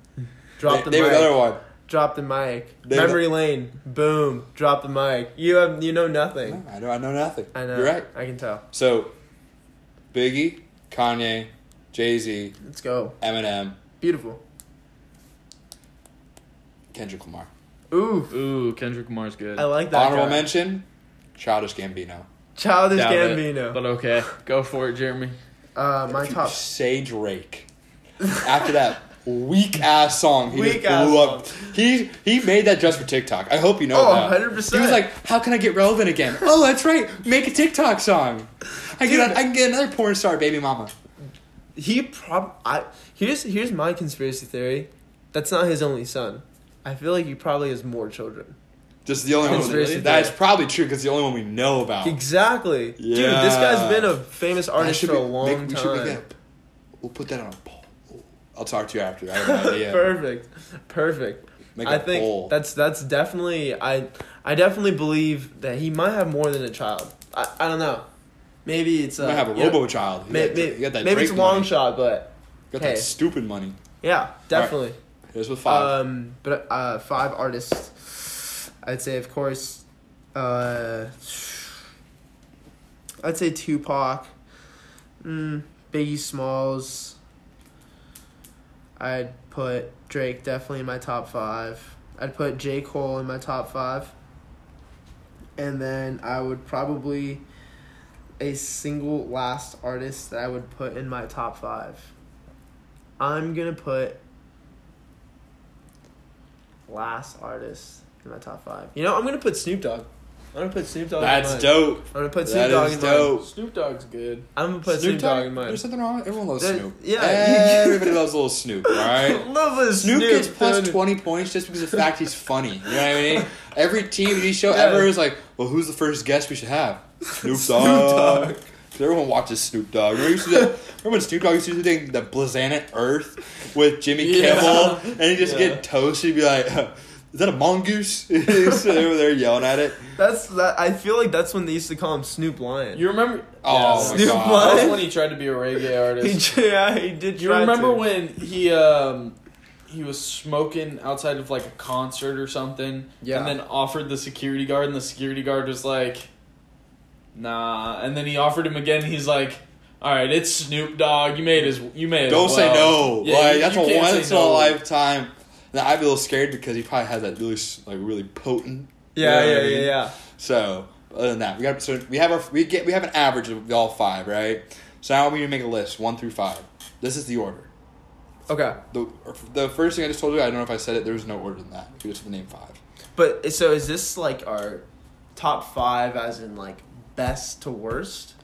Speaker 2: Drop the
Speaker 1: name
Speaker 2: mic.
Speaker 1: another one.
Speaker 2: Drop the mic.
Speaker 1: Name
Speaker 2: Memory lane. Boom. Drop the mic. You have you know nothing.
Speaker 1: No, I know. I know nothing.
Speaker 2: I know.
Speaker 1: You're right.
Speaker 2: I can tell.
Speaker 1: So, Biggie, Kanye, Jay Z,
Speaker 2: Let's go.
Speaker 1: Eminem,
Speaker 2: Beautiful.
Speaker 1: Kendrick Lamar.
Speaker 2: Ooh.
Speaker 3: Ooh, Kendrick Lamar's good.
Speaker 2: I like that.
Speaker 1: Honorable
Speaker 2: guy.
Speaker 1: mention, Childish Gambino.
Speaker 2: Childish
Speaker 3: Doubt it,
Speaker 2: Gambino.
Speaker 3: but okay, go for it, Jeremy.
Speaker 2: Uh, my
Speaker 1: If you
Speaker 2: top.
Speaker 1: Say Drake. After that weak ass song, he
Speaker 2: Weak
Speaker 1: just
Speaker 2: ass
Speaker 1: blew up. He he made that just for TikTok. I hope you know
Speaker 2: Oh,
Speaker 1: that.
Speaker 2: 100%.
Speaker 1: He was like, "How can I get relevant again?" oh, that's right. Make a TikTok song. I
Speaker 2: Dude.
Speaker 1: get I can get another porn star, baby mama.
Speaker 2: He prob. I here's here's my conspiracy theory. That's not his only son. I feel like he probably has more children.
Speaker 1: Just the only
Speaker 2: Oh,
Speaker 1: one.
Speaker 2: really?
Speaker 1: That's probably true because the only one we know about.
Speaker 2: Exactly. Dude, this guy's
Speaker 1: Yeah.
Speaker 2: been a famous
Speaker 1: That
Speaker 2: artist
Speaker 1: should
Speaker 2: for a
Speaker 1: be-
Speaker 2: long
Speaker 1: make- we should make
Speaker 2: time.
Speaker 1: that-
Speaker 2: *laughs*
Speaker 1: We'll put that on a poll. I'll talk to you after. I have an idea.
Speaker 2: Perfect. Perfect.
Speaker 1: Make
Speaker 2: I
Speaker 1: a
Speaker 2: think
Speaker 1: poll.
Speaker 2: that's that's definitely I I definitely believe that he might have more than a child. I, I don't know. Maybe it's
Speaker 1: You
Speaker 2: a
Speaker 1: might have a
Speaker 2: you know,
Speaker 1: robo child. You
Speaker 2: uh, may-
Speaker 1: got-
Speaker 2: may-
Speaker 1: you got that
Speaker 2: maybe
Speaker 1: Drake
Speaker 2: it's a long
Speaker 1: money.
Speaker 2: shot, but
Speaker 1: You got
Speaker 2: hey.
Speaker 1: that stupid money.
Speaker 2: yeah, definitely.
Speaker 1: Here's with five.
Speaker 2: Um, but uh, five artists, I'd say, of course, uh, I'd say Tupac, mm, Biggie Smalls. I'd put Drake definitely in my top five. I'd put J Cole in my top five, and then I would probably a single last artist that I would put in my top five. I'm gonna put last artist in my top five. You know, I'm gonna put Snoop Dogg. I'm gonna put Snoop Dogg. in
Speaker 1: that's
Speaker 2: mine.
Speaker 1: dope.
Speaker 2: I'm gonna put Snoop
Speaker 1: That
Speaker 2: Dogg
Speaker 1: is
Speaker 2: in
Speaker 1: dope.
Speaker 2: mine.
Speaker 3: Snoop Dogg's good.
Speaker 2: I'm gonna put Snoop, Dogg in mine. *laughs*
Speaker 1: There's something wrong. Everyone loves
Speaker 2: There-
Speaker 1: Snoop.
Speaker 2: yeah.
Speaker 1: Everybody loves little Snoop. All
Speaker 2: *laughs*
Speaker 1: right.
Speaker 2: Love is
Speaker 1: Snoop, gets plus
Speaker 2: dude.
Speaker 1: 20 points just because of the fact he's funny. You know what I
Speaker 2: *laughs*
Speaker 1: mean? Every TV show
Speaker 2: Yeah.
Speaker 1: ever is like, well, who's the first guest we should have? Snoop
Speaker 2: *laughs* Snoop
Speaker 1: Dogg.
Speaker 2: Dogg.
Speaker 1: 'Cause everyone watches Snoop Dogg. Remember, you used to do that, remember when Snoop Dogg used to do the thing, the Blazanet Earth with Jimmy
Speaker 2: Yeah.
Speaker 1: Kimmel?
Speaker 2: *laughs*
Speaker 1: And he'd just
Speaker 3: Yeah.
Speaker 1: get toasted and be like, is that a mongoose? *laughs* so they were there yelling at it.
Speaker 2: That's that. I feel like that's when they used to call him Snoop Lion.
Speaker 3: You remember?
Speaker 1: Oh,
Speaker 2: Snoop
Speaker 1: my God.
Speaker 2: Lion.
Speaker 3: That was when he tried to be a
Speaker 2: *laughs*
Speaker 3: reggae
Speaker 2: he,
Speaker 3: artist.
Speaker 2: j- yeah, he did.
Speaker 3: You
Speaker 2: try
Speaker 3: remember
Speaker 2: to.
Speaker 3: when he um he was smoking outside of like a concert or something?
Speaker 2: Yeah.
Speaker 3: And then offered the security guard, and the security guard was like, "Nah." And then he offered him again. And he's like, "All right, it's Snoop Dogg. You made his. You made.
Speaker 1: Don't say no. like that's a
Speaker 3: one
Speaker 1: once in a lifetime. Now I'd be a little scared because he probably has that really s- like really potent.
Speaker 2: Yeah,
Speaker 1: you know
Speaker 2: yeah,
Speaker 1: what I
Speaker 2: yeah,
Speaker 1: mean?
Speaker 2: yeah.
Speaker 1: So other than that, we got so we have our we get we have an average of all five, right? So now we need to make a list one through five. This is the order.
Speaker 2: Okay,
Speaker 1: The the first thing I just told you, I don't know if I said it. There was no order in that. We just did the name five.
Speaker 2: but so is this like our top five, as in like best to worst,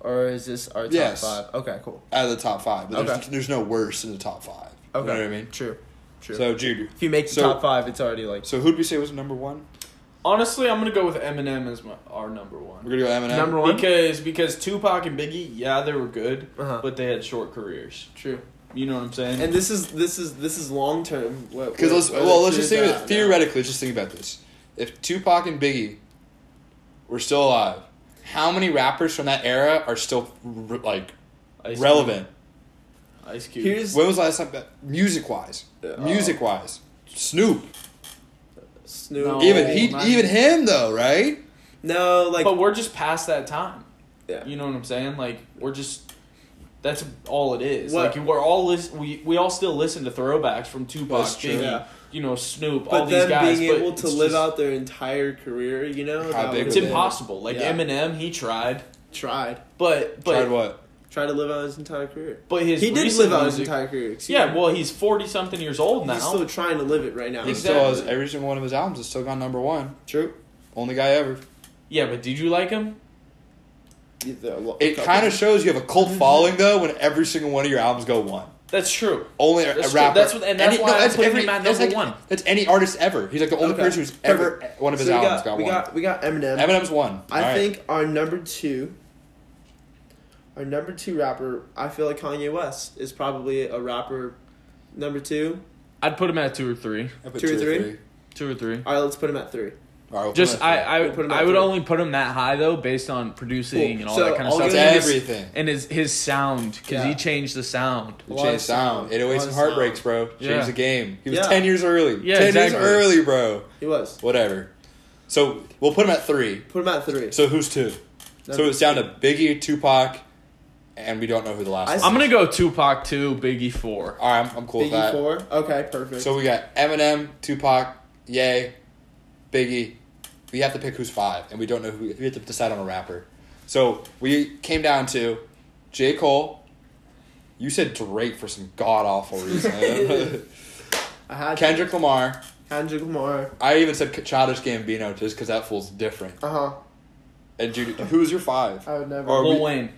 Speaker 2: or is this our top
Speaker 1: Yes.
Speaker 2: five? Okay, cool.
Speaker 1: Out of the top five, but there's,
Speaker 2: Okay.
Speaker 1: there's no worse in the top five. You
Speaker 2: Okay,
Speaker 1: know what I mean?
Speaker 2: True, true.
Speaker 1: So Jude,
Speaker 2: if you make the
Speaker 1: so-
Speaker 2: top five, it's already like
Speaker 1: so who'd we say was number one?
Speaker 3: Honestly, I'm gonna go with Eminem as my, our number
Speaker 1: We're
Speaker 3: one.
Speaker 1: gonna go Eminem.
Speaker 2: number one.
Speaker 3: Because because Tupac and Biggie, yeah, they were good,
Speaker 2: Uh-huh.
Speaker 3: but they had short careers.
Speaker 2: true.
Speaker 3: You know what I'm saying?
Speaker 2: And this is this is this is long term.
Speaker 1: Because let's well, let's just think of it theoretically. Let's just think about this: if Tupac and Biggie were still alive, how many rappers from that era are still r- like
Speaker 3: Ice
Speaker 1: relevant?
Speaker 3: Cube. Ice Cube.
Speaker 2: Here's
Speaker 1: When was the last time that music wise,
Speaker 2: Uh,
Speaker 1: music wise, Snoop,
Speaker 2: Snoop.
Speaker 3: No.
Speaker 1: even he,
Speaker 3: not-
Speaker 1: even him though, right?
Speaker 2: No, like
Speaker 3: but we're just past that time.
Speaker 2: Yeah.
Speaker 3: You know what I'm saying? Like we're just that's all it is.
Speaker 2: What-
Speaker 3: Like we're all lis- we we all still listen to throwbacks from Tupac,
Speaker 1: That's true.
Speaker 3: Biggie,
Speaker 2: Yeah.
Speaker 3: you know Snoop, all
Speaker 2: but
Speaker 3: these
Speaker 2: them
Speaker 3: guys.
Speaker 2: being
Speaker 3: but
Speaker 2: able to
Speaker 3: it's
Speaker 2: live
Speaker 3: just-
Speaker 2: out their entire career, you know,
Speaker 1: How
Speaker 2: that
Speaker 1: big
Speaker 2: would've
Speaker 3: it's
Speaker 1: with it.
Speaker 2: been-
Speaker 3: impossible. Like
Speaker 2: Yeah.
Speaker 3: Eminem, he tried,
Speaker 2: Tried,
Speaker 3: but but
Speaker 1: Tried what?
Speaker 2: tried to live out his entire career.
Speaker 3: but his
Speaker 2: he did
Speaker 3: recent
Speaker 2: live out his
Speaker 3: music-
Speaker 2: entire career. excuse
Speaker 3: Yeah,
Speaker 2: me.
Speaker 3: well, he's forty something years old now.
Speaker 2: he's still trying to live it right now.
Speaker 1: He
Speaker 3: Exactly.
Speaker 1: still has every single one of his albums has still gone number one.
Speaker 2: True.
Speaker 1: Only guy ever.
Speaker 3: yeah, but did you like him?
Speaker 1: It kind of shows you have a cult following though when every single one of your albums go one.
Speaker 3: That's true.
Speaker 1: Only a-
Speaker 3: That's
Speaker 1: a
Speaker 3: true.
Speaker 1: rapper.
Speaker 3: That's what- and that's
Speaker 1: Any-
Speaker 3: why I put him
Speaker 1: every-
Speaker 3: at number
Speaker 1: that's like-
Speaker 3: one.
Speaker 1: That's any artist ever. He's like the only
Speaker 2: Okay.
Speaker 1: person who's ever one of his
Speaker 2: we
Speaker 1: albums
Speaker 2: got,
Speaker 1: got,
Speaker 2: we
Speaker 1: one.
Speaker 2: got we got Eminem.
Speaker 1: Eminem's one.
Speaker 2: I
Speaker 1: All right.
Speaker 2: think our number two, our number two rapper, I feel like Kanye West is probably a rapper number two.
Speaker 3: I'd put him at two or three.
Speaker 1: I put
Speaker 2: two or three?
Speaker 3: Two or three.
Speaker 2: All right, let's put him at three.
Speaker 1: All right, we'll
Speaker 3: Just
Speaker 1: put him
Speaker 3: I
Speaker 1: at
Speaker 3: I,
Speaker 2: We'll put him at
Speaker 3: I would
Speaker 2: three.
Speaker 3: only put him that high though, based on producing
Speaker 2: Cool.
Speaker 3: and all
Speaker 2: So
Speaker 3: that kind of
Speaker 2: I'll
Speaker 1: three.
Speaker 3: stuff.
Speaker 1: It's
Speaker 2: give
Speaker 3: And his-
Speaker 1: everything.
Speaker 3: and his his sound because
Speaker 2: Yeah.
Speaker 3: he changed the sound.
Speaker 1: He
Speaker 2: Well,
Speaker 1: changed
Speaker 2: it's-
Speaker 1: sound. It always
Speaker 2: well, it's
Speaker 1: heartbreaks, bro. Changed
Speaker 3: Yeah.
Speaker 1: the game. He was
Speaker 2: Yeah.
Speaker 1: ten years early.
Speaker 3: Yeah,
Speaker 1: ten
Speaker 3: exactly.
Speaker 1: years early, bro.
Speaker 2: He was.
Speaker 1: Whatever. So we'll put him at three.
Speaker 2: Put him at three.
Speaker 1: So who's two? So it's down to Biggie, Tupac, and we don't know who the last.
Speaker 2: I
Speaker 1: one is.
Speaker 3: I'm gonna go Tupac two, Biggie four.
Speaker 1: All right, I'm, I'm cool with
Speaker 2: Biggie
Speaker 1: that.
Speaker 2: four. Okay, perfect.
Speaker 1: So we got Eminem, Tupac, Yay, Biggie. We have to pick who's five, and we don't know who. We have to decide on a rapper. So we came down to J. Cole. You said Drake for some god awful reason. *laughs*
Speaker 2: I had
Speaker 1: Kendrick Lamar.
Speaker 2: Kendrick Lamar.
Speaker 1: I even said Childish Gambino just because that fool's different.
Speaker 2: Uh huh.
Speaker 1: And Judy, who's your five?
Speaker 2: I would never.
Speaker 1: Or-
Speaker 3: Lil
Speaker 1: we-
Speaker 3: Wayne.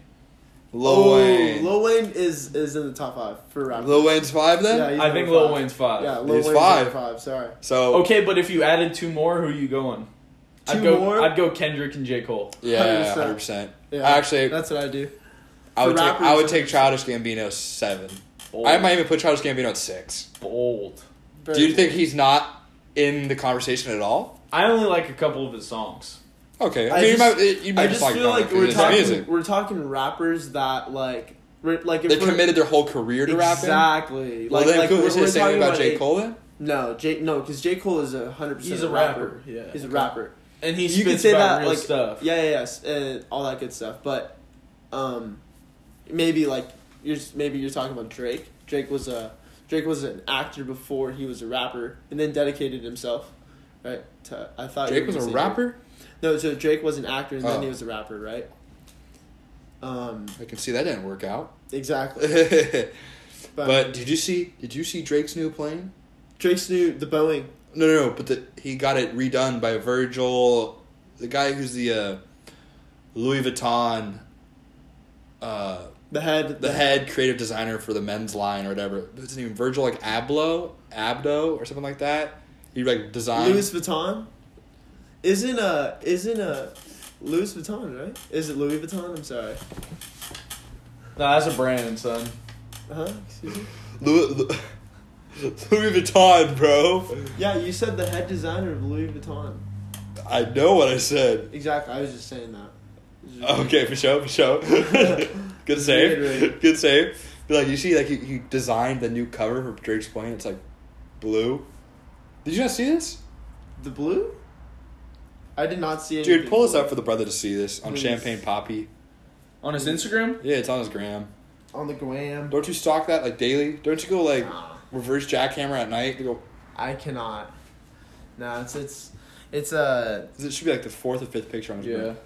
Speaker 1: Lil
Speaker 2: Oh,
Speaker 1: Wayne. Lil,
Speaker 2: Lil Wayne is is in the top five for rap.
Speaker 1: Wayne's five then.
Speaker 2: Yeah, he's
Speaker 3: I think
Speaker 2: number
Speaker 3: Lil
Speaker 2: five.
Speaker 3: Wayne's five.
Speaker 2: Yeah, Lil
Speaker 1: He's
Speaker 2: Wayne's five.
Speaker 1: five.
Speaker 2: five. Sorry.
Speaker 1: So
Speaker 3: Okay, but if you added two more, who are you going? i I'd
Speaker 2: Two
Speaker 3: go.
Speaker 2: more?
Speaker 3: I'd go Kendrick and J Cole.
Speaker 1: yeah,
Speaker 2: 100%.
Speaker 1: hundred percent.
Speaker 2: Yeah,
Speaker 1: Actually,
Speaker 2: that's what I do.
Speaker 1: I
Speaker 2: for
Speaker 1: would take I
Speaker 2: rappers-
Speaker 1: would take Childish Gambino seven.
Speaker 3: Bold.
Speaker 1: I might even put Childish Gambino at six.
Speaker 3: bold.
Speaker 1: Do you think he's not in the conversation at all?
Speaker 3: I only like a couple of his songs.
Speaker 1: Okay, I,
Speaker 2: I
Speaker 1: mean,
Speaker 2: just-
Speaker 1: you might, you might
Speaker 2: I just
Speaker 1: like
Speaker 2: feel
Speaker 1: Gunna
Speaker 2: like
Speaker 1: 'cause
Speaker 2: we're
Speaker 1: it's
Speaker 2: talking
Speaker 1: music.
Speaker 2: we're talking rappers that like we're, like if
Speaker 1: They
Speaker 2: we're-
Speaker 1: committed their whole career to rapping.
Speaker 2: exactly.
Speaker 1: Well,
Speaker 2: like,
Speaker 1: then
Speaker 2: like
Speaker 1: cool.
Speaker 2: we're,
Speaker 1: Is it the
Speaker 2: we're
Speaker 1: same
Speaker 2: talking
Speaker 1: thing about J
Speaker 2: a-
Speaker 1: Cole then?
Speaker 2: No, J no, because J Cole is a hundred percent.
Speaker 3: He's a rapper, yeah.
Speaker 2: he's a rapper.
Speaker 3: And he spits
Speaker 2: you could say
Speaker 3: about
Speaker 2: that
Speaker 3: real
Speaker 2: like
Speaker 3: stuff.
Speaker 2: yeah, yeah, yes, and all that good stuff. But um, maybe like you're s- maybe you're talking about Drake. Drake was a Drake was an actor before he was a rapper, and then dedicated himself. Right, to, I thought you
Speaker 1: Drake
Speaker 2: were
Speaker 1: was
Speaker 2: gonna
Speaker 1: a
Speaker 2: say
Speaker 1: rapper.
Speaker 2: Drake. No, so Drake was an actor, and
Speaker 1: Oh.
Speaker 2: then he was a rapper, right? Um,
Speaker 1: I can see that didn't work out. *laughs*
Speaker 2: exactly.
Speaker 1: but,
Speaker 2: But,
Speaker 1: did you see? Did you see Drake's new plane?
Speaker 2: Drake's new the Boeing.
Speaker 1: No, no, no. But the, he got it redone by Virgil, the guy who's the uh, Louis Vuitton, uh,
Speaker 2: The head,
Speaker 1: the head creative designer for the men's line or whatever. What's his name? Virgil like Ablo, Abdo, or something like that. He like designed.
Speaker 2: Louis Vuitton. Isn't a isn't a Louis Vuitton right? Is it Louis Vuitton? I'm sorry.
Speaker 3: Nah, that's a brand, son.
Speaker 2: Uh huh. Excuse me.
Speaker 1: Louis, Louis Vuitton, bro.
Speaker 2: Yeah, you said the head designer of Louis Vuitton.
Speaker 1: I know what I said.
Speaker 2: Exactly. I was just saying that.
Speaker 1: Okay, for sure, for sure. Good save.
Speaker 2: Reiterate.
Speaker 1: Good save. But like you see, like he, he designed the new cover for Drake's plane. It's like blue. Did you not see this?
Speaker 2: The blue. I did not see it.
Speaker 1: Dude, pull this up for the brother to see this on
Speaker 2: Please.
Speaker 1: Champagne Poppy.
Speaker 3: On his Instagram?
Speaker 1: Yeah, it's on his gram.
Speaker 2: on the gram.
Speaker 1: Don't you stalk that like daily? Don't you go like
Speaker 2: Nah,
Speaker 1: reverse jackhammer at night? You go.
Speaker 2: I cannot. No, it's it's it's uh
Speaker 1: It should be like the fourth or fifth picture on his
Speaker 3: Yeah.
Speaker 1: gram.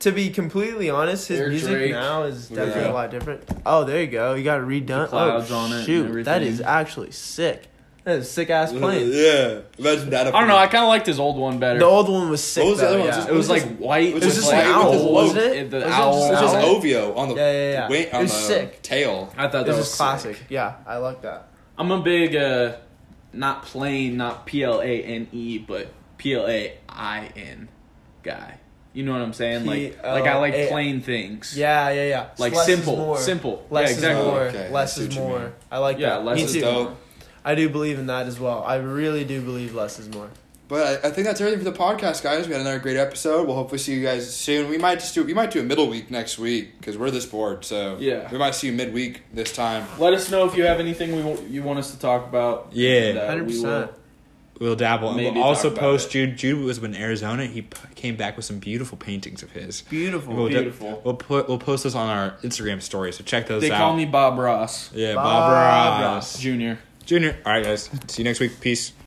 Speaker 2: to be completely honest, his
Speaker 3: Air
Speaker 2: music
Speaker 3: Drake.
Speaker 2: now is
Speaker 1: Yeah.
Speaker 2: definitely a lot different. Oh, there you go. You got it redone.
Speaker 3: clouds
Speaker 2: oh,
Speaker 3: on it and
Speaker 2: shoot, that
Speaker 3: everything.
Speaker 2: is actually sick. That is
Speaker 1: *laughs*
Speaker 2: sick ass plane.
Speaker 1: Yeah, imagine that. up
Speaker 3: I don't know.
Speaker 1: there.
Speaker 3: I kind of liked his old one better.
Speaker 2: The old one was sick.
Speaker 1: What was the
Speaker 2: though,
Speaker 1: other one?
Speaker 2: yeah.
Speaker 1: Just-
Speaker 3: it was like white.
Speaker 1: It was
Speaker 3: with,
Speaker 1: just
Speaker 3: like,
Speaker 1: an owl,
Speaker 3: the
Speaker 1: wasn't
Speaker 2: it?
Speaker 3: The
Speaker 2: Was it
Speaker 3: owl.
Speaker 2: just
Speaker 1: It's
Speaker 2: an
Speaker 1: just
Speaker 2: owl?
Speaker 1: Ovio on the
Speaker 2: Yeah, yeah, yeah.
Speaker 1: wing-
Speaker 2: It
Speaker 1: on
Speaker 2: was
Speaker 1: the
Speaker 2: sick.
Speaker 1: tail.
Speaker 3: I thought that
Speaker 2: This
Speaker 3: was
Speaker 2: is classic.
Speaker 3: sick.
Speaker 2: Yeah, I like that.
Speaker 3: I'm a big, uh, not plain, not P L A N E, but P L A I N guy. You know what I'm saying? Like, like I like
Speaker 2: P.L.A..
Speaker 3: plain things.
Speaker 2: Yeah, yeah, yeah.
Speaker 3: Like
Speaker 2: Less is
Speaker 3: simple,
Speaker 2: more.
Speaker 3: simple.
Speaker 2: Less
Speaker 3: yeah, exactly.
Speaker 2: is more.
Speaker 1: Okay,
Speaker 2: less
Speaker 1: I see
Speaker 2: is
Speaker 1: what you
Speaker 2: more.
Speaker 1: mean.
Speaker 2: I like
Speaker 3: Yeah,
Speaker 2: that.
Speaker 3: less
Speaker 2: Me
Speaker 3: is
Speaker 2: too.
Speaker 1: more.
Speaker 2: I do believe in that as well. I really do believe less is more.
Speaker 1: But I, I think that's everything for the podcast, guys. We had another great episode. We'll hopefully see you guys soon. We might just do we might do a middle week next week because we're this bored. So
Speaker 3: Yeah.
Speaker 1: we might see you midweek this time.
Speaker 3: Let us know if you have anything we w- you want us to talk about.
Speaker 4: Yeah.
Speaker 3: that
Speaker 2: Hundred
Speaker 3: we
Speaker 2: percent.
Speaker 3: will-
Speaker 4: We'll dabble. and
Speaker 3: Maybe
Speaker 4: we'll also
Speaker 3: talk about
Speaker 4: post
Speaker 3: it.
Speaker 4: Jude. Jude was in Arizona. He p- came back with some beautiful paintings of his.
Speaker 2: Beautiful.
Speaker 4: We'll, da-
Speaker 3: Beautiful.
Speaker 4: we'll put. We'll post those on our Instagram story. So check those
Speaker 3: They
Speaker 4: out.
Speaker 3: call me Bob Ross
Speaker 4: Yeah,
Speaker 2: Bob
Speaker 4: Bob, Ross
Speaker 2: Ross.
Speaker 3: Jr.
Speaker 4: Junior. All right, guys. See you next week. Peace.